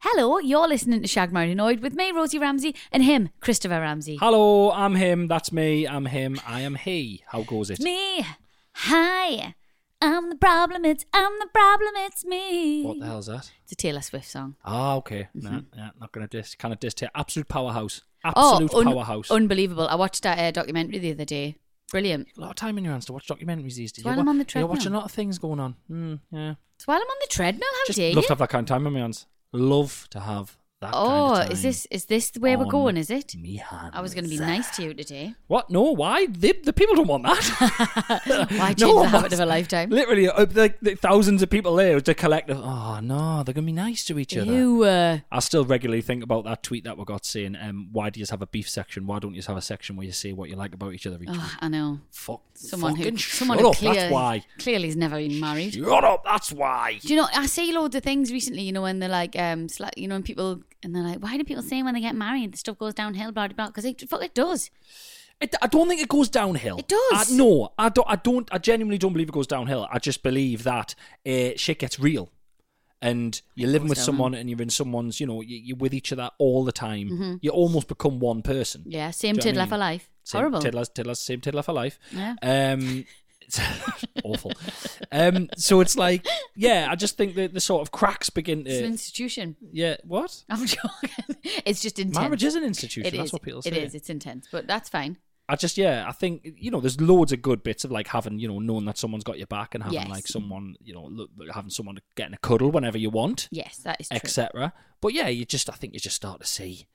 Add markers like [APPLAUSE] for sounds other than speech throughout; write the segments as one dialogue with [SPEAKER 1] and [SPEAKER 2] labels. [SPEAKER 1] Hello, you're listening to Shag Married Annoyed with me, Rosie Ramsey, and him, Christopher Ramsey.
[SPEAKER 2] Hello, I'm him. That's me. I'm him. I am he. How goes it?
[SPEAKER 1] Me. Hi. I'm the problem, it's I'm the problem, it's me.
[SPEAKER 2] What the hell's that?
[SPEAKER 1] It's a Taylor Swift song.
[SPEAKER 2] Ah, okay. Nah, nah, not gonna dis. Kind of dis. Absolute powerhouse. Absolute
[SPEAKER 1] oh, un-
[SPEAKER 2] powerhouse.
[SPEAKER 1] Unbelievable. I watched that uh, documentary the other day. Brilliant.
[SPEAKER 2] a lot of time in your hands to watch documentaries these days.
[SPEAKER 1] While
[SPEAKER 2] You're
[SPEAKER 1] I'm
[SPEAKER 2] wa-
[SPEAKER 1] on the
[SPEAKER 2] You're watching
[SPEAKER 1] treadmill.
[SPEAKER 2] a lot of things going on. Mm, yeah.
[SPEAKER 1] So while I'm on the treadmill, how
[SPEAKER 2] Just
[SPEAKER 1] dare
[SPEAKER 2] love
[SPEAKER 1] you?
[SPEAKER 2] to have that kind of time in my hands. Love to have that.
[SPEAKER 1] oh,
[SPEAKER 2] kind of
[SPEAKER 1] is
[SPEAKER 2] time
[SPEAKER 1] this is this the way we're
[SPEAKER 2] on
[SPEAKER 1] going, is it?
[SPEAKER 2] Me hands.
[SPEAKER 1] I was going to be nice to you today.
[SPEAKER 2] What? No, why? The, the people don't want that.
[SPEAKER 1] [LAUGHS]
[SPEAKER 2] [LAUGHS]
[SPEAKER 1] Why change
[SPEAKER 2] one
[SPEAKER 1] the habit
[SPEAKER 2] wants-
[SPEAKER 1] of a lifetime?
[SPEAKER 2] Literally, uh, like the thousands of people there, the collective. Oh no, they're gonna be nice to each other.
[SPEAKER 1] You uh,
[SPEAKER 2] I still regularly think about that tweet that we got saying, um, "Why do you have a beef section? Why don't you have a section where you say what you like about each other?" Each week?
[SPEAKER 1] oh, I know
[SPEAKER 2] Fuck,
[SPEAKER 1] someone
[SPEAKER 2] fucking
[SPEAKER 1] who someone
[SPEAKER 2] shut
[SPEAKER 1] who
[SPEAKER 2] up.
[SPEAKER 1] clear,
[SPEAKER 2] That's why.
[SPEAKER 1] clearly has never been married.
[SPEAKER 2] Shut up. That's why.
[SPEAKER 1] Do you know? I see loads of things recently. You know, when they're like, um, sla- you know, when people and they're like, why do people say when they get married the stuff goes downhill, blah blah blah? Because it fuck it does.
[SPEAKER 2] It, I don't think it goes downhill.
[SPEAKER 1] It does.
[SPEAKER 2] I, no, I don't. I don't. I genuinely don't believe it goes downhill. I just believe that uh, shit gets real, and you're living with
[SPEAKER 1] downhill. Mm-hmm.
[SPEAKER 2] someone, and you're in someone's. You know, you, you're with each other all the time. You almost become one person.
[SPEAKER 1] Yeah, same
[SPEAKER 2] Do you know
[SPEAKER 1] tiddler
[SPEAKER 2] what I mean?
[SPEAKER 1] for life.
[SPEAKER 2] Same
[SPEAKER 1] Horrible.
[SPEAKER 2] Tiddler, tiddler, same tiddler for life.
[SPEAKER 1] Yeah.
[SPEAKER 2] Um, it's [LAUGHS] awful. Um, so it's like, yeah, I just think that the sort of cracks begin
[SPEAKER 1] It's an
[SPEAKER 2] to.
[SPEAKER 1] institution. [LAUGHS]
[SPEAKER 2] Yeah, what?
[SPEAKER 1] I'm joking. It's just intense.
[SPEAKER 2] Marriage is an institution. That's what people say.
[SPEAKER 1] It is. It's intense, but that's fine.
[SPEAKER 2] I just yeah, I think you know, there's loads of good bits of like having you know, knowing that someone's got your back and having
[SPEAKER 1] Yes.
[SPEAKER 2] like someone you know, look, having someone to get in a cuddle whenever you want,
[SPEAKER 1] Yes, that is true.
[SPEAKER 2] etc. But yeah, you just I think you just start to see,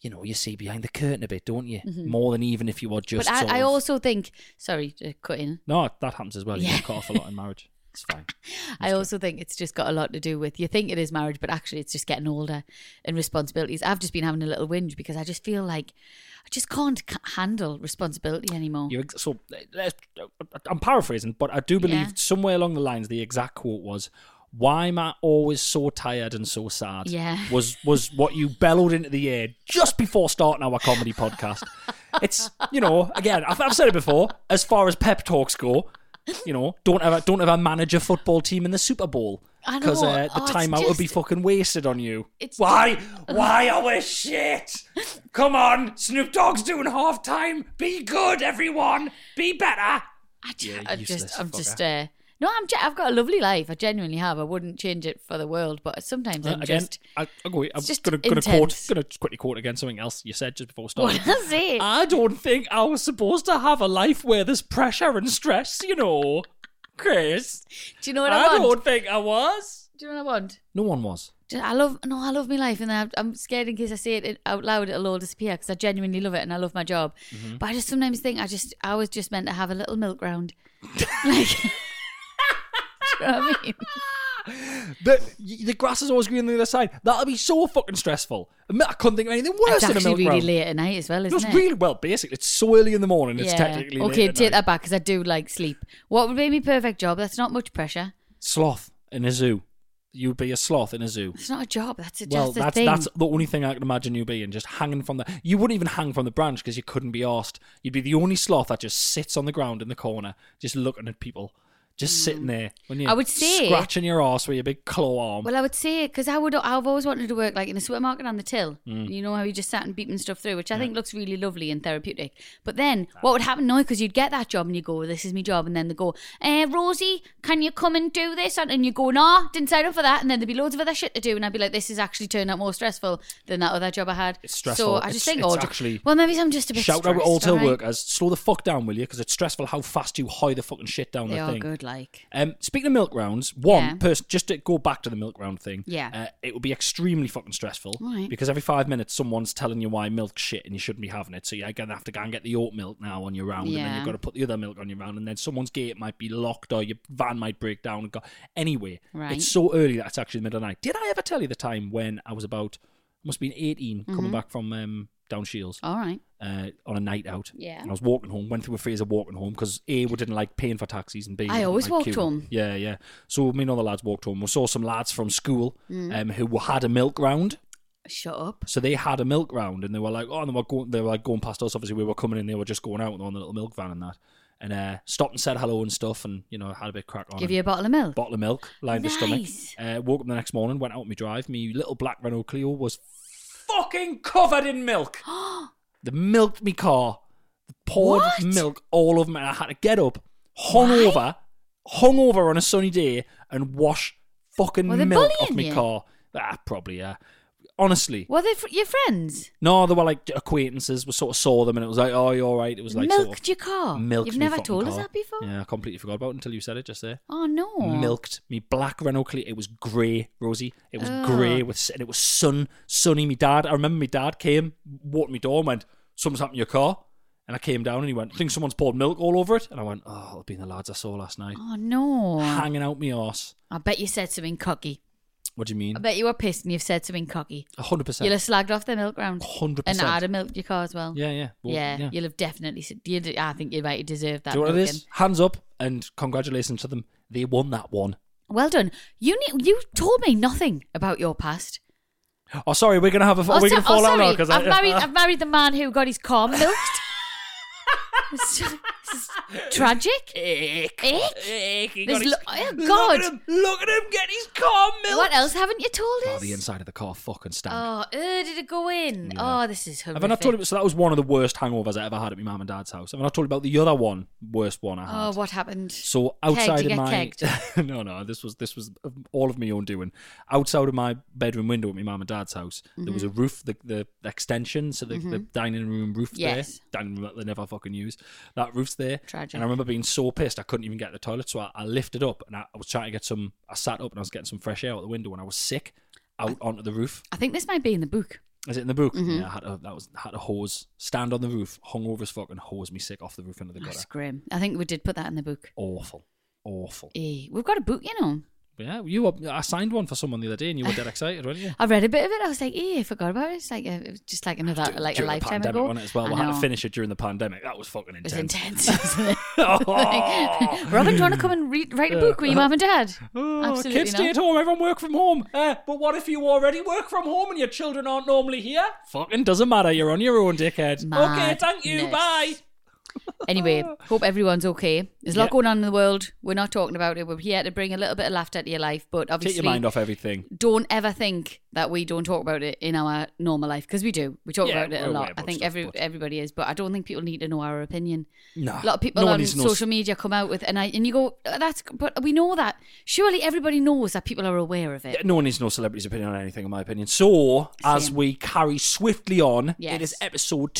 [SPEAKER 2] you know, you see behind the curtain a bit, don't you? More than even if you were just.
[SPEAKER 1] Mm-hmm. but I,
[SPEAKER 2] sort
[SPEAKER 1] I
[SPEAKER 2] of-
[SPEAKER 1] also think, sorry to cut in,
[SPEAKER 2] no, that happens as well. You
[SPEAKER 1] Yeah.
[SPEAKER 2] get cut off a lot in marriage. It's fine.
[SPEAKER 1] I also think it's just got a lot to do with you think it is marriage, but actually it's just getting older and responsibilities. I've just been having a little whinge because I just feel like I just can't c- handle responsibility anymore.
[SPEAKER 2] You ex- so let's, I'm paraphrasing, but I do believe
[SPEAKER 1] Yeah.
[SPEAKER 2] somewhere along the lines the exact quote was, "Why am I always so tired and so sad?"
[SPEAKER 1] Yeah. [LAUGHS]
[SPEAKER 2] was was what you bellowed into the air just before starting our comedy podcast. It's you know again I've, I've said it before. As far as pep talks go, you know don't ever don't ever manage a football team in the Super Bowl.
[SPEAKER 1] I know.
[SPEAKER 2] Because uh, the
[SPEAKER 1] Oh, it's
[SPEAKER 2] timeout would be
[SPEAKER 1] just-
[SPEAKER 2] fucking wasted on you.
[SPEAKER 1] It's
[SPEAKER 2] why?
[SPEAKER 1] [LAUGHS]
[SPEAKER 2] Why are we shit? Come on, Snoop Dogg's doing half time. Be good, everyone. Be better.
[SPEAKER 1] I ju-
[SPEAKER 2] Yeah,
[SPEAKER 1] I
[SPEAKER 2] useless
[SPEAKER 1] just, I'm
[SPEAKER 2] fucker.
[SPEAKER 1] just, uh, no, I'm, ge- I've got a lovely life. I genuinely have. I wouldn't change it for the world, but sometimes I'm
[SPEAKER 2] again,
[SPEAKER 1] just, [LAUGHS]
[SPEAKER 2] I, I go, I'm
[SPEAKER 1] it's just
[SPEAKER 2] gonna, gonna quote,
[SPEAKER 1] intense.
[SPEAKER 2] gonna quickly quote again something else you said just before starting.
[SPEAKER 1] what is it?
[SPEAKER 2] I don't think I was supposed to have a life where there's pressure and stress, you know, Chris.
[SPEAKER 1] Do you know what I,
[SPEAKER 2] I
[SPEAKER 1] want?
[SPEAKER 2] don't think I was.
[SPEAKER 1] Do you know what I want?
[SPEAKER 2] No one was.
[SPEAKER 1] Do- I love no, I love my life, and I, I'm scared in case I say it out loud, it'll all disappear because I genuinely love it and I love my job.
[SPEAKER 2] Mm-hmm.
[SPEAKER 1] But I just sometimes think I just I was just meant to have a little milk round. [LAUGHS] like, do you know what I
[SPEAKER 2] [LAUGHS]
[SPEAKER 1] mean?
[SPEAKER 2] The, y- the grass is always green on the other side. That'll be so fucking stressful. I mean, I couldn't think of anything worse
[SPEAKER 1] It's
[SPEAKER 2] than a
[SPEAKER 1] actually
[SPEAKER 2] milk
[SPEAKER 1] really
[SPEAKER 2] round.
[SPEAKER 1] late at night as well,
[SPEAKER 2] No,
[SPEAKER 1] isn't
[SPEAKER 2] it's
[SPEAKER 1] it?
[SPEAKER 2] really well basic. It's so early in the morning. It's technically late
[SPEAKER 1] okay.
[SPEAKER 2] at
[SPEAKER 1] Take
[SPEAKER 2] night.
[SPEAKER 1] that back because I do like sleep. What would be my perfect job? That's not much pressure.
[SPEAKER 2] sloth in a zoo. You'd be a sloth in a zoo.
[SPEAKER 1] It's not a job. That's a,
[SPEAKER 2] well,
[SPEAKER 1] just a
[SPEAKER 2] that's
[SPEAKER 1] thing.
[SPEAKER 2] that's the only thing I can imagine you being. Just hanging from the. You wouldn't even hang from the branch because you couldn't be asked. You'd be the only sloth that just sits on the ground in the corner, just looking at people, Just sitting there when you
[SPEAKER 1] Hmm. I would say-
[SPEAKER 2] scratching your ass with your big claw arm.
[SPEAKER 1] Well, I would say because I would, I've always wanted to work like in a supermarket on the till.
[SPEAKER 2] Mm.
[SPEAKER 1] You know how you just sat and beeping stuff through, which I think looks really lovely and therapeutic. But then what would happen now? Because you'd get that job and you go, "This is my job," and then they go, eh, "Rosie, can you come and do this?" And- And you go, "Nah, didn't sign up for that." And then there'd be loads of other shit to do, and I'd be like, "This is actually turned out more stressful than that other job I had."
[SPEAKER 2] It's stressful.
[SPEAKER 1] So I
[SPEAKER 2] It's-
[SPEAKER 1] just think,
[SPEAKER 2] it's
[SPEAKER 1] oh, d-
[SPEAKER 2] actually-
[SPEAKER 1] well, maybe I'm just a bit.
[SPEAKER 2] Shout out
[SPEAKER 1] stressed,
[SPEAKER 2] to all till
[SPEAKER 1] alright?
[SPEAKER 2] workers. Slow the fuck down, will you? Because it's stressful how fast you high the fucking shit down
[SPEAKER 1] They
[SPEAKER 2] the
[SPEAKER 1] are
[SPEAKER 2] thing.
[SPEAKER 1] good, like.
[SPEAKER 2] Um, speaking of milk rounds, one
[SPEAKER 1] Yeah.
[SPEAKER 2] person just to go back to the milk round thing.
[SPEAKER 1] Yeah.
[SPEAKER 2] uh, it would be extremely fucking stressful
[SPEAKER 1] Right.
[SPEAKER 2] because every five minutes someone's telling you why milk's shit and you shouldn't be having it. So you're gonna have to go and get the oat milk now on your round, and then
[SPEAKER 1] Yeah.
[SPEAKER 2] you've got to put the other milk on your round, and then someone's gate might be locked or your van might break down. And go. Anyway,
[SPEAKER 1] Right.
[SPEAKER 2] it's so early that it's actually the middle of the night. Did I ever tell you the time when I was about must have been 18
[SPEAKER 1] Mm-hmm.
[SPEAKER 2] coming back from um, down Shields?
[SPEAKER 1] All right.
[SPEAKER 2] uh, on a night out.
[SPEAKER 1] Yeah.
[SPEAKER 2] And I was walking home, went through a phase of walking home because A, we didn't like paying for taxis and B,
[SPEAKER 1] I
[SPEAKER 2] we didn't
[SPEAKER 1] always
[SPEAKER 2] like
[SPEAKER 1] walked
[SPEAKER 2] queuing.
[SPEAKER 1] home.
[SPEAKER 2] Yeah, yeah. So me and other lads walked home. We saw some lads from school
[SPEAKER 1] Mm.
[SPEAKER 2] um, who had a milk round.
[SPEAKER 1] Shut up.
[SPEAKER 2] So they had a milk round and they were like, oh, and they were going, they were like going past us. Obviously, we were coming in, they were just going out and they were on the little milk van and that. And uh, stopped and said hello and stuff and, you know, had a bit of crack on.
[SPEAKER 1] Give
[SPEAKER 2] and-
[SPEAKER 1] you a bottle of milk.
[SPEAKER 2] bottle of milk, lined the
[SPEAKER 1] Nice.
[SPEAKER 2] stomach. Uh, woke up the next morning, went out on my drive. My little black Renault Clio was fucking covered
[SPEAKER 1] [GASPS]
[SPEAKER 2] in milk. they milked me car. They poured
[SPEAKER 1] What?
[SPEAKER 2] milk all over me, and I had to get up, hungover, hungover on a sunny day, and wash fucking
[SPEAKER 1] Were they
[SPEAKER 2] milk off
[SPEAKER 1] bullying
[SPEAKER 2] my
[SPEAKER 1] you?
[SPEAKER 2] car. Ah, probably, yeah. Honestly,
[SPEAKER 1] Were they fr- your friends?
[SPEAKER 2] no, they were like acquaintances. We sort of saw them, and it was like, oh, you're all right. It was like
[SPEAKER 1] milked
[SPEAKER 2] sort of
[SPEAKER 1] your car.
[SPEAKER 2] milked
[SPEAKER 1] You've
[SPEAKER 2] me
[SPEAKER 1] never
[SPEAKER 2] fucking
[SPEAKER 1] told us
[SPEAKER 2] car.
[SPEAKER 1] that before.
[SPEAKER 2] Yeah, I completely forgot about it until you said it just there
[SPEAKER 1] Oh no.
[SPEAKER 2] milked me black Renault Clio. It was grey, Rosie. It was
[SPEAKER 1] Ugh.
[SPEAKER 2] grey with and it was sun sunny. My dad. I remember my dad came, walked my door, and went, "Something's happened to your car." And I came down and he went, "I think someone's poured milk all over it." And I went, "Oh, it'll be the lads I saw last night
[SPEAKER 1] Oh no.
[SPEAKER 2] hanging out me arse."
[SPEAKER 1] I bet you said something cocky.
[SPEAKER 2] What do you mean?
[SPEAKER 1] I bet you were pissed and you've said something cocky.
[SPEAKER 2] A hundred percent.
[SPEAKER 1] You'll have slagged off the milk round.
[SPEAKER 2] A hundred
[SPEAKER 1] And I'd
[SPEAKER 2] percent.
[SPEAKER 1] have milked your car as well.
[SPEAKER 2] Yeah, yeah. Well,
[SPEAKER 1] yeah,
[SPEAKER 2] yeah.
[SPEAKER 1] you'll have definitely. said- You'd, I think you might have deserved that.
[SPEAKER 2] Do you know what it
[SPEAKER 1] milking.
[SPEAKER 2] is? Hands up and congratulations to them. They won that one.
[SPEAKER 1] Well done. You need, you told me nothing about your past.
[SPEAKER 2] Oh, sorry, we're gonna have a.
[SPEAKER 1] Oh,
[SPEAKER 2] are we
[SPEAKER 1] so-
[SPEAKER 2] gonna fall
[SPEAKER 1] oh,
[SPEAKER 2] out now?
[SPEAKER 1] sorry.
[SPEAKER 2] 'Cause
[SPEAKER 1] I've
[SPEAKER 2] I- [LAUGHS]
[SPEAKER 1] married. I've married the man who got his car milked. [LAUGHS] It's just-
[SPEAKER 2] [LAUGHS]
[SPEAKER 1] it's tragic.
[SPEAKER 2] Ick.
[SPEAKER 1] Ick.
[SPEAKER 2] Ick. He
[SPEAKER 1] There's
[SPEAKER 2] got his-
[SPEAKER 1] lo- oh,
[SPEAKER 2] [LAUGHS] Look at
[SPEAKER 1] God.
[SPEAKER 2] him! Look at him get his car milked.
[SPEAKER 1] What else haven't you told
[SPEAKER 2] Oh,
[SPEAKER 1] us?
[SPEAKER 2] the inside of the car fucking stank.
[SPEAKER 1] Oh, uh, did it go in? Oh, this is horrific.
[SPEAKER 2] Have I not told you? So that was one of the worst hangovers I ever had at my mum and dad's house. Have I not told you about the other one, worst one I had?
[SPEAKER 1] Oh, what happened?
[SPEAKER 2] So
[SPEAKER 1] Kegged,
[SPEAKER 2] outside
[SPEAKER 1] you
[SPEAKER 2] of
[SPEAKER 1] get
[SPEAKER 2] my [LAUGHS] no no this was this was all of my own doing. Outside of my bedroom window at my mum and dad's house, there
[SPEAKER 1] Mm-hmm.
[SPEAKER 2] was a roof, the the extension, so the, the dining room roof
[SPEAKER 1] Yes.
[SPEAKER 2] there, dining room that they never fucking use. That roof's there.
[SPEAKER 1] Tragic.
[SPEAKER 2] And I remember being so pissed I couldn't even get to the toilet, so I, I lifted up and I, I was trying to get some. I sat up and I was getting some fresh air out the window, and I was sick out onto the roof.
[SPEAKER 1] I think this might be in the book.
[SPEAKER 2] Is it in the book?
[SPEAKER 1] Mm-hmm.
[SPEAKER 2] Yeah, I had to, that was had a hose, stand on the roof, hungover as fuck, and hose me sick off the roof into the gutter.
[SPEAKER 1] That's grim. I think we did put that in the book.
[SPEAKER 2] Awful, awful.
[SPEAKER 1] Eh, we've got a book, you know.
[SPEAKER 2] But yeah, you were, I signed one for someone the other day, and you were dead excited,
[SPEAKER 1] [LAUGHS]
[SPEAKER 2] weren't you?
[SPEAKER 1] I read a bit of it. I was like, eh, I forgot about it. It's like a, it was just like another Uh, like a
[SPEAKER 2] during the
[SPEAKER 1] lifetime
[SPEAKER 2] pandemic
[SPEAKER 1] ago.
[SPEAKER 2] on it as well.
[SPEAKER 1] I
[SPEAKER 2] we had to
[SPEAKER 1] know.
[SPEAKER 2] finish it during the pandemic. That was fucking
[SPEAKER 1] It was
[SPEAKER 2] intense.
[SPEAKER 1] intense. wasn't it?
[SPEAKER 2] [LAUGHS]
[SPEAKER 1] [LAUGHS]
[SPEAKER 2] oh,
[SPEAKER 1] Robin, do you want to come and read, write a book with your mum and dad? Absolutely
[SPEAKER 2] kids
[SPEAKER 1] not.
[SPEAKER 2] stay at home. Everyone work from home. Uh, but what if you already work from home and your children aren't normally here? Fucking doesn't matter. You're on your own, dickhead. Okay, thank you.
[SPEAKER 1] Madness.
[SPEAKER 2] Bye. [LAUGHS]
[SPEAKER 1] Anyway, hope everyone's okay. There's a lot
[SPEAKER 2] Yeah.
[SPEAKER 1] going on in the world. We're not talking about it. We're here to bring a little bit of laughter to your life, but obviously,
[SPEAKER 2] Take your mind off everything.
[SPEAKER 1] don't ever think that we don't talk about it in our normal life because we do. We talk
[SPEAKER 2] Yeah,
[SPEAKER 1] about it
[SPEAKER 2] we're
[SPEAKER 1] a
[SPEAKER 2] aware
[SPEAKER 1] lot. I
[SPEAKER 2] about
[SPEAKER 1] think
[SPEAKER 2] stuff,
[SPEAKER 1] every
[SPEAKER 2] but-
[SPEAKER 1] everybody is, but I don't think people need to know our opinion.
[SPEAKER 2] No,
[SPEAKER 1] A lot of people
[SPEAKER 2] no one
[SPEAKER 1] on
[SPEAKER 2] needs to know-
[SPEAKER 1] social media come out with and I and you go "Oh, that's but we know that surely everybody knows that people are aware of it.
[SPEAKER 2] Yeah, No one needs to know celebrities' opinion on anything, in my opinion. So, as
[SPEAKER 1] Same.
[SPEAKER 2] we carry swiftly on,
[SPEAKER 1] Yes.
[SPEAKER 2] it is episode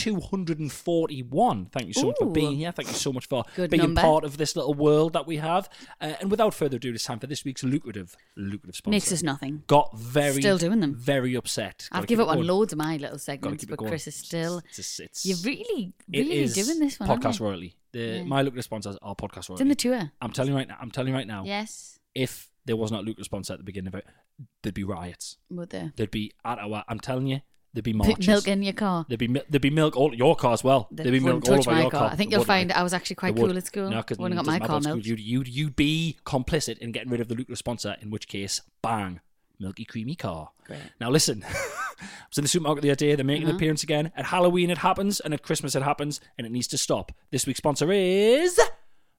[SPEAKER 2] 241. Thank you so much for
[SPEAKER 1] Ooh.
[SPEAKER 2] being here. Thank you so much for
[SPEAKER 1] Good
[SPEAKER 2] being
[SPEAKER 1] number.
[SPEAKER 2] part of this little world that we have. Uh, and without further ado, it's time for this week's lucrative, lucrative sponsor.
[SPEAKER 1] Makes us nothing.
[SPEAKER 2] Got very,
[SPEAKER 1] Still doing them.
[SPEAKER 2] Very upset.
[SPEAKER 1] I've
[SPEAKER 2] Gotta
[SPEAKER 1] given
[SPEAKER 2] keep
[SPEAKER 1] up on
[SPEAKER 2] going.
[SPEAKER 1] loads of my little
[SPEAKER 2] Gotta
[SPEAKER 1] segments,
[SPEAKER 2] keep it
[SPEAKER 1] but
[SPEAKER 2] going.
[SPEAKER 1] Chris is still.
[SPEAKER 2] It's, it's, it's-
[SPEAKER 1] You're really,
[SPEAKER 2] it
[SPEAKER 1] really
[SPEAKER 2] is
[SPEAKER 1] doing this one. aren't
[SPEAKER 2] Podcast
[SPEAKER 1] you?
[SPEAKER 2] royalty. The,
[SPEAKER 1] Yeah.
[SPEAKER 2] My lucrative sponsors are podcast royalty.
[SPEAKER 1] It's in the tour.
[SPEAKER 2] I'm telling you right now. I'm telling you right now.
[SPEAKER 1] Yes,
[SPEAKER 2] If there was not lucrative sponsor at the beginning of it, there'd be riots.
[SPEAKER 1] but the
[SPEAKER 2] There'd be at our. I'm telling you, there'd be
[SPEAKER 1] put
[SPEAKER 2] marches.
[SPEAKER 1] milk in your car.
[SPEAKER 2] There'd be mi- there'd be milk all your car as well.
[SPEAKER 1] They
[SPEAKER 2] there'd be
[SPEAKER 1] wouldn't
[SPEAKER 2] milk all
[SPEAKER 1] touch
[SPEAKER 2] over
[SPEAKER 1] my
[SPEAKER 2] your car.
[SPEAKER 1] car. I think you'll
[SPEAKER 2] Wouldn't
[SPEAKER 1] find
[SPEAKER 2] they?
[SPEAKER 1] I was actually quite
[SPEAKER 2] They would.
[SPEAKER 1] cool at school.
[SPEAKER 2] No, 'cause
[SPEAKER 1] Wouldn't
[SPEAKER 2] it
[SPEAKER 1] have got my
[SPEAKER 2] doesn't matter
[SPEAKER 1] car
[SPEAKER 2] at school.
[SPEAKER 1] milked.
[SPEAKER 2] You'd, you'd you'd be complicit in getting rid of the lucrative sponsor. In which case, bang, milky creamy car. Great. Now listen, [LAUGHS] I was in the supermarket the other day. They're making
[SPEAKER 1] Uh-huh.
[SPEAKER 2] an appearance again. At Halloween it happens, and at Christmas it happens, and it needs to stop. This week's sponsor is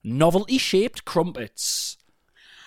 [SPEAKER 2] novelty shaped crumpets.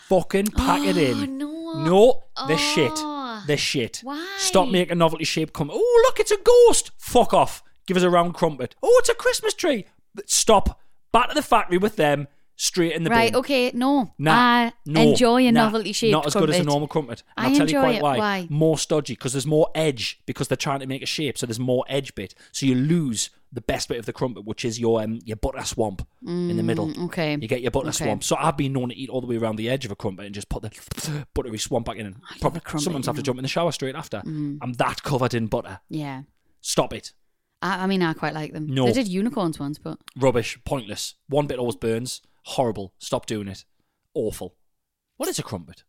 [SPEAKER 2] Fucking pack
[SPEAKER 1] [GASPS]
[SPEAKER 2] it in.
[SPEAKER 1] Oh, no.
[SPEAKER 2] No, they're
[SPEAKER 1] Oh.
[SPEAKER 2] shit. They're shit.
[SPEAKER 1] Why?
[SPEAKER 2] Stop making novelty shaped crumpet. Oh, look, it's a ghost. Fuck off. Give us a round crumpet. Oh, it's a Christmas tree. Stop. Back to the factory with them. Straight in the
[SPEAKER 1] right,
[SPEAKER 2] bin.
[SPEAKER 1] okay, no.
[SPEAKER 2] Nah,
[SPEAKER 1] I
[SPEAKER 2] no,
[SPEAKER 1] enjoy a
[SPEAKER 2] nah,
[SPEAKER 1] novelty shaped
[SPEAKER 2] Not as good as a
[SPEAKER 1] crumpet.
[SPEAKER 2] normal crumpet. And
[SPEAKER 1] I
[SPEAKER 2] I'll tell you
[SPEAKER 1] enjoy
[SPEAKER 2] quite
[SPEAKER 1] it.
[SPEAKER 2] why.
[SPEAKER 1] Why?
[SPEAKER 2] More stodgy because there's more edge because they're trying to make a shape, so there's more edge bit. So you lose the best bit of the crumpet, which is your um, your butter swamp in the middle.
[SPEAKER 1] Mm, okay.
[SPEAKER 2] You get your butter
[SPEAKER 1] Okay.
[SPEAKER 2] swamp. So I've been known to eat all the way around the edge of a crumpet and just put the [SNIFFS] buttery swamp back in. And probably,
[SPEAKER 1] crumpet, Mm.
[SPEAKER 2] sometimes
[SPEAKER 1] you
[SPEAKER 2] have to
[SPEAKER 1] know.
[SPEAKER 2] jump in the shower straight after. I'm that covered in butter.
[SPEAKER 1] Yeah.
[SPEAKER 2] Stop it.
[SPEAKER 1] I, I mean, I quite like them.
[SPEAKER 2] No.
[SPEAKER 1] They did unicorns once, but
[SPEAKER 2] Rubbish. Pointless. One bit always burns. Horrible. Stop doing it. Awful. What is a crumpet?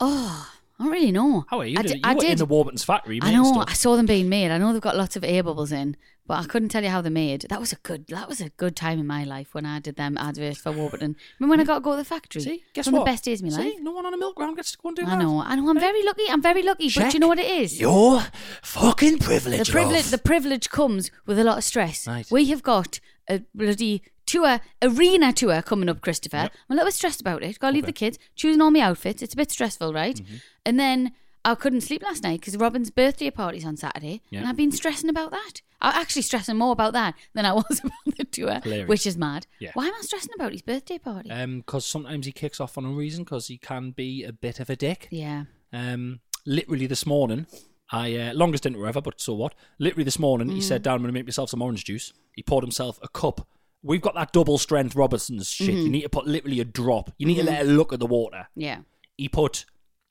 [SPEAKER 1] oh, I don't really know.
[SPEAKER 2] How are Oh, you?
[SPEAKER 1] I di-
[SPEAKER 2] doing? you
[SPEAKER 1] I
[SPEAKER 2] were in
[SPEAKER 1] did.
[SPEAKER 2] the Warburton's factory.
[SPEAKER 1] I
[SPEAKER 2] making
[SPEAKER 1] know.
[SPEAKER 2] stuff.
[SPEAKER 1] I saw them being made. I know they've got lots of air bubbles in, but I couldn't tell you how they're made. That was a good. That was a good time in my life when I did them adverts for Warburton. Remember when I got to go to the factory?
[SPEAKER 2] Mm. See, guess
[SPEAKER 1] One
[SPEAKER 2] what?
[SPEAKER 1] of the best days of my
[SPEAKER 2] See,
[SPEAKER 1] life.
[SPEAKER 2] no one on a milk ground gets to go and do
[SPEAKER 1] I
[SPEAKER 2] that.
[SPEAKER 1] know. I know. I'm very lucky. I'm very lucky. But
[SPEAKER 2] Check
[SPEAKER 1] do you know what it is?
[SPEAKER 2] Your fucking privilege.
[SPEAKER 1] the privilege.
[SPEAKER 2] love.
[SPEAKER 1] The privilege comes with a lot of stress.
[SPEAKER 2] Right.
[SPEAKER 1] We have got a bloody tour, arena tour coming up, Christopher.
[SPEAKER 2] Yep.
[SPEAKER 1] I'm a little bit stressed about it. Got to leave
[SPEAKER 2] Okay. Mm-hmm.
[SPEAKER 1] the kids, choosing all my outfits. It's a bit stressful, right? And then I couldn't sleep last night because Robin's birthday party's on Saturday,
[SPEAKER 2] Yeah.
[SPEAKER 1] and I've been stressing about that. I'm actually stressing more about that than I [LAUGHS] was about the tour,
[SPEAKER 2] Hilarious.
[SPEAKER 1] which is mad.
[SPEAKER 2] Yeah.
[SPEAKER 1] Why am I stressing about his birthday party?
[SPEAKER 2] Um, because sometimes he kicks off for no reason because he can be a bit of a dick.
[SPEAKER 1] yeah.
[SPEAKER 2] Um, literally this morning, I uh, longest dinner ever, but so what? Literally this morning, he
[SPEAKER 1] Mm.
[SPEAKER 2] said, "Dan, I'm going to make myself some orange juice." He poured himself a cup. We've got that double strength Robertson's shit.
[SPEAKER 1] Mm-hmm.
[SPEAKER 2] You need to put literally a drop. You need to let it look at the water.
[SPEAKER 1] Yeah.
[SPEAKER 2] he put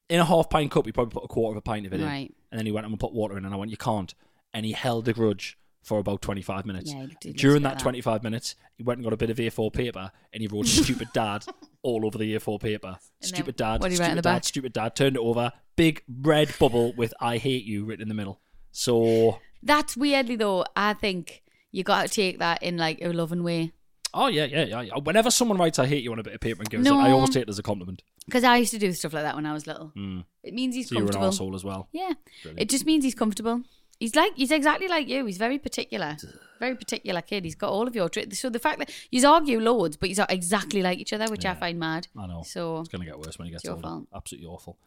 [SPEAKER 2] in a half pint cup, he probably put a quarter of a pint of it in.
[SPEAKER 1] Right.
[SPEAKER 2] And then he went, I'm gonna put water in and I went, You can't. And he held the grudge for about twenty five minutes.
[SPEAKER 1] Yeah, he did
[SPEAKER 2] During
[SPEAKER 1] look
[SPEAKER 2] that
[SPEAKER 1] like that.
[SPEAKER 2] twenty five minutes, he went and got a bit of A four paper and he
[SPEAKER 1] [LAUGHS]
[SPEAKER 2] wrote stupid dad all over the A four paper.
[SPEAKER 1] then
[SPEAKER 2] Stupid dad,
[SPEAKER 1] what did he write
[SPEAKER 2] stupid
[SPEAKER 1] on the
[SPEAKER 2] dad,
[SPEAKER 1] back?
[SPEAKER 2] stupid dad, turned it over, big red bubble with I hate you written in the middle. So
[SPEAKER 1] That's weirdly though. I think you got to take that in like a loving way.
[SPEAKER 2] Oh yeah, yeah, yeah. yeah. Whenever someone writes I hate you on a bit of paper and gives
[SPEAKER 1] No. um,
[SPEAKER 2] it, I always take it as a compliment.
[SPEAKER 1] Because I used to do stuff like that when I was little. It means he's
[SPEAKER 2] Mm. So you're an
[SPEAKER 1] comfortable.
[SPEAKER 2] asshole as well.
[SPEAKER 1] yeah, it just means he's comfortable. He's like he's exactly like you. He's very
[SPEAKER 2] [SIGHS]
[SPEAKER 1] particular, very particular kid. He's got all of your traits. So the fact that you argue loads, but you're exactly like each other, which I find mad.
[SPEAKER 2] I know.
[SPEAKER 1] So
[SPEAKER 2] it's going to get worse when he gets
[SPEAKER 1] your
[SPEAKER 2] older.
[SPEAKER 1] fault.
[SPEAKER 2] Absolutely awful.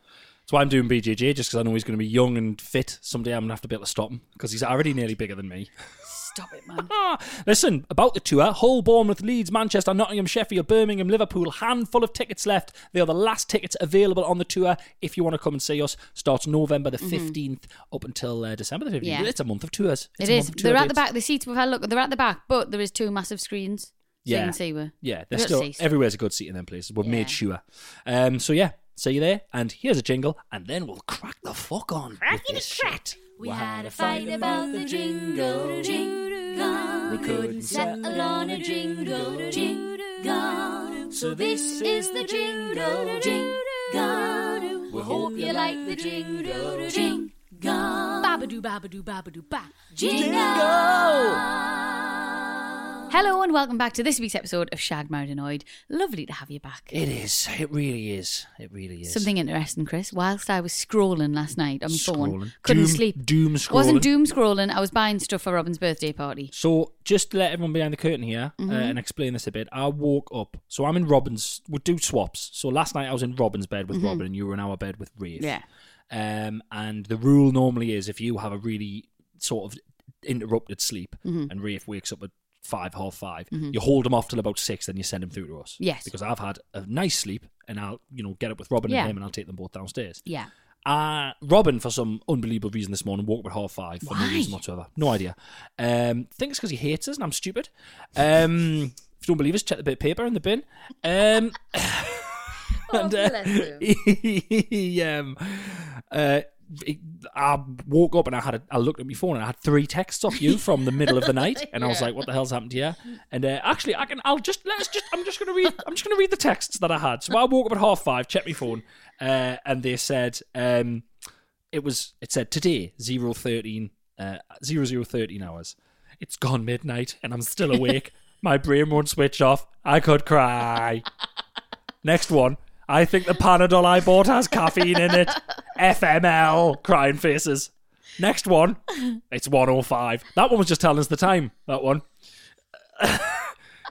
[SPEAKER 2] That's why I'm doing BJJ, just because I know he's going to be young and fit. Someday I'm going to have to be able to stop him because he's already nearly bigger than me. [LAUGHS]
[SPEAKER 1] stop it, man.
[SPEAKER 2] Ah, Listen, about the tour Hull, Bournemouth, Leeds, Manchester, Nottingham, Sheffield, Birmingham, Liverpool. Handful of tickets left. They are the last tickets available on the tour if you want to come and see us. Starts November the 15th up until uh, December the 15th.
[SPEAKER 1] Mm-hmm. Yeah.
[SPEAKER 2] It's a month of tours. [LAUGHS] It's
[SPEAKER 1] It
[SPEAKER 2] a
[SPEAKER 1] is.
[SPEAKER 2] month of tour
[SPEAKER 1] They're at the
[SPEAKER 2] dates.
[SPEAKER 1] back. The seats we've had a look. They're at the back, but there is two massive screens. So
[SPEAKER 2] Yeah.
[SPEAKER 1] you can see where.
[SPEAKER 2] Yeah, they're
[SPEAKER 1] We've got
[SPEAKER 2] still
[SPEAKER 1] seats.
[SPEAKER 2] everywhere's a good seat in them places. We've
[SPEAKER 1] Yeah.
[SPEAKER 2] made sure. Um, so yeah, see you there. And here's a jingle, and then we'll crack the fuck on. Crack it, shit.
[SPEAKER 3] We had a fight about the jingle, jingle. We couldn't settle on a jingle, jingle. So this is the jingle, jingle. We hope you like the jingle, jingle. Babadoo, babadoo, babadoo, ba. Jingle.
[SPEAKER 1] Hello and welcome back to this week's episode of Shag Married Annoyed. Lovely to have you back.
[SPEAKER 2] It is. It really is. It really is.
[SPEAKER 1] Something interesting, Chris. Whilst I was scrolling last night on my phone,
[SPEAKER 2] Scrolling.
[SPEAKER 1] couldn't
[SPEAKER 2] Doom-
[SPEAKER 1] sleep.
[SPEAKER 2] doom
[SPEAKER 1] Wasn't
[SPEAKER 2] scrolling.
[SPEAKER 1] doom scrolling. I was buying stuff for Robin's birthday party.
[SPEAKER 2] So just to let everyone behind the curtain here
[SPEAKER 1] Mm-hmm.
[SPEAKER 2] uh, and explain this a bit. I woke up. So I'm in Robin's. We do swaps. So last night I was in Robin's bed with Robin, and you were in our bed with Rafe.
[SPEAKER 1] Mm-hmm. Yeah.
[SPEAKER 2] Um, and the rule normally is if you have a really sort of interrupted sleep
[SPEAKER 1] Mm-hmm.
[SPEAKER 2] and Rafe wakes up at five, half 5 you hold him off till about six, then you send him through to us.
[SPEAKER 1] Yes.
[SPEAKER 2] Because I've had a nice sleep and I'll, you know, get up with Robin
[SPEAKER 1] Yeah.
[SPEAKER 2] and him and I'll take them both downstairs.
[SPEAKER 1] Yeah.
[SPEAKER 2] Uh, Robin, for some unbelievable reason this morning, woke up at half five for no
[SPEAKER 1] Why?
[SPEAKER 2] reason whatsoever. No idea. Um, think it's because he hates us and I'm stupid. Um, [LAUGHS] if you don't believe us, check the bit of paper in the bin. Um, and, uh, [LAUGHS] he, um, uh, he- I woke up and I had a, I looked at my phone and I had three texts off you from the middle of the night and I was like, "What the hell's happened here?" And uh, actually, I can I'll just let's just I'm just gonna read I'm just gonna read the texts that I had. So I woke up at half five, checked my phone, uh, and they said um, it was it said today 013 uh, 0013 hours. It's gone midnight and I'm
[SPEAKER 1] [LAUGHS]
[SPEAKER 2] still awake. My brain won't switch off. I could cry. Next one. I think the Panadol I bought has caffeine
[SPEAKER 1] [LAUGHS]
[SPEAKER 2] in it. FML. Crying faces. Next one. oh It's 105. That one was [LAUGHS] just telling us the time. That one.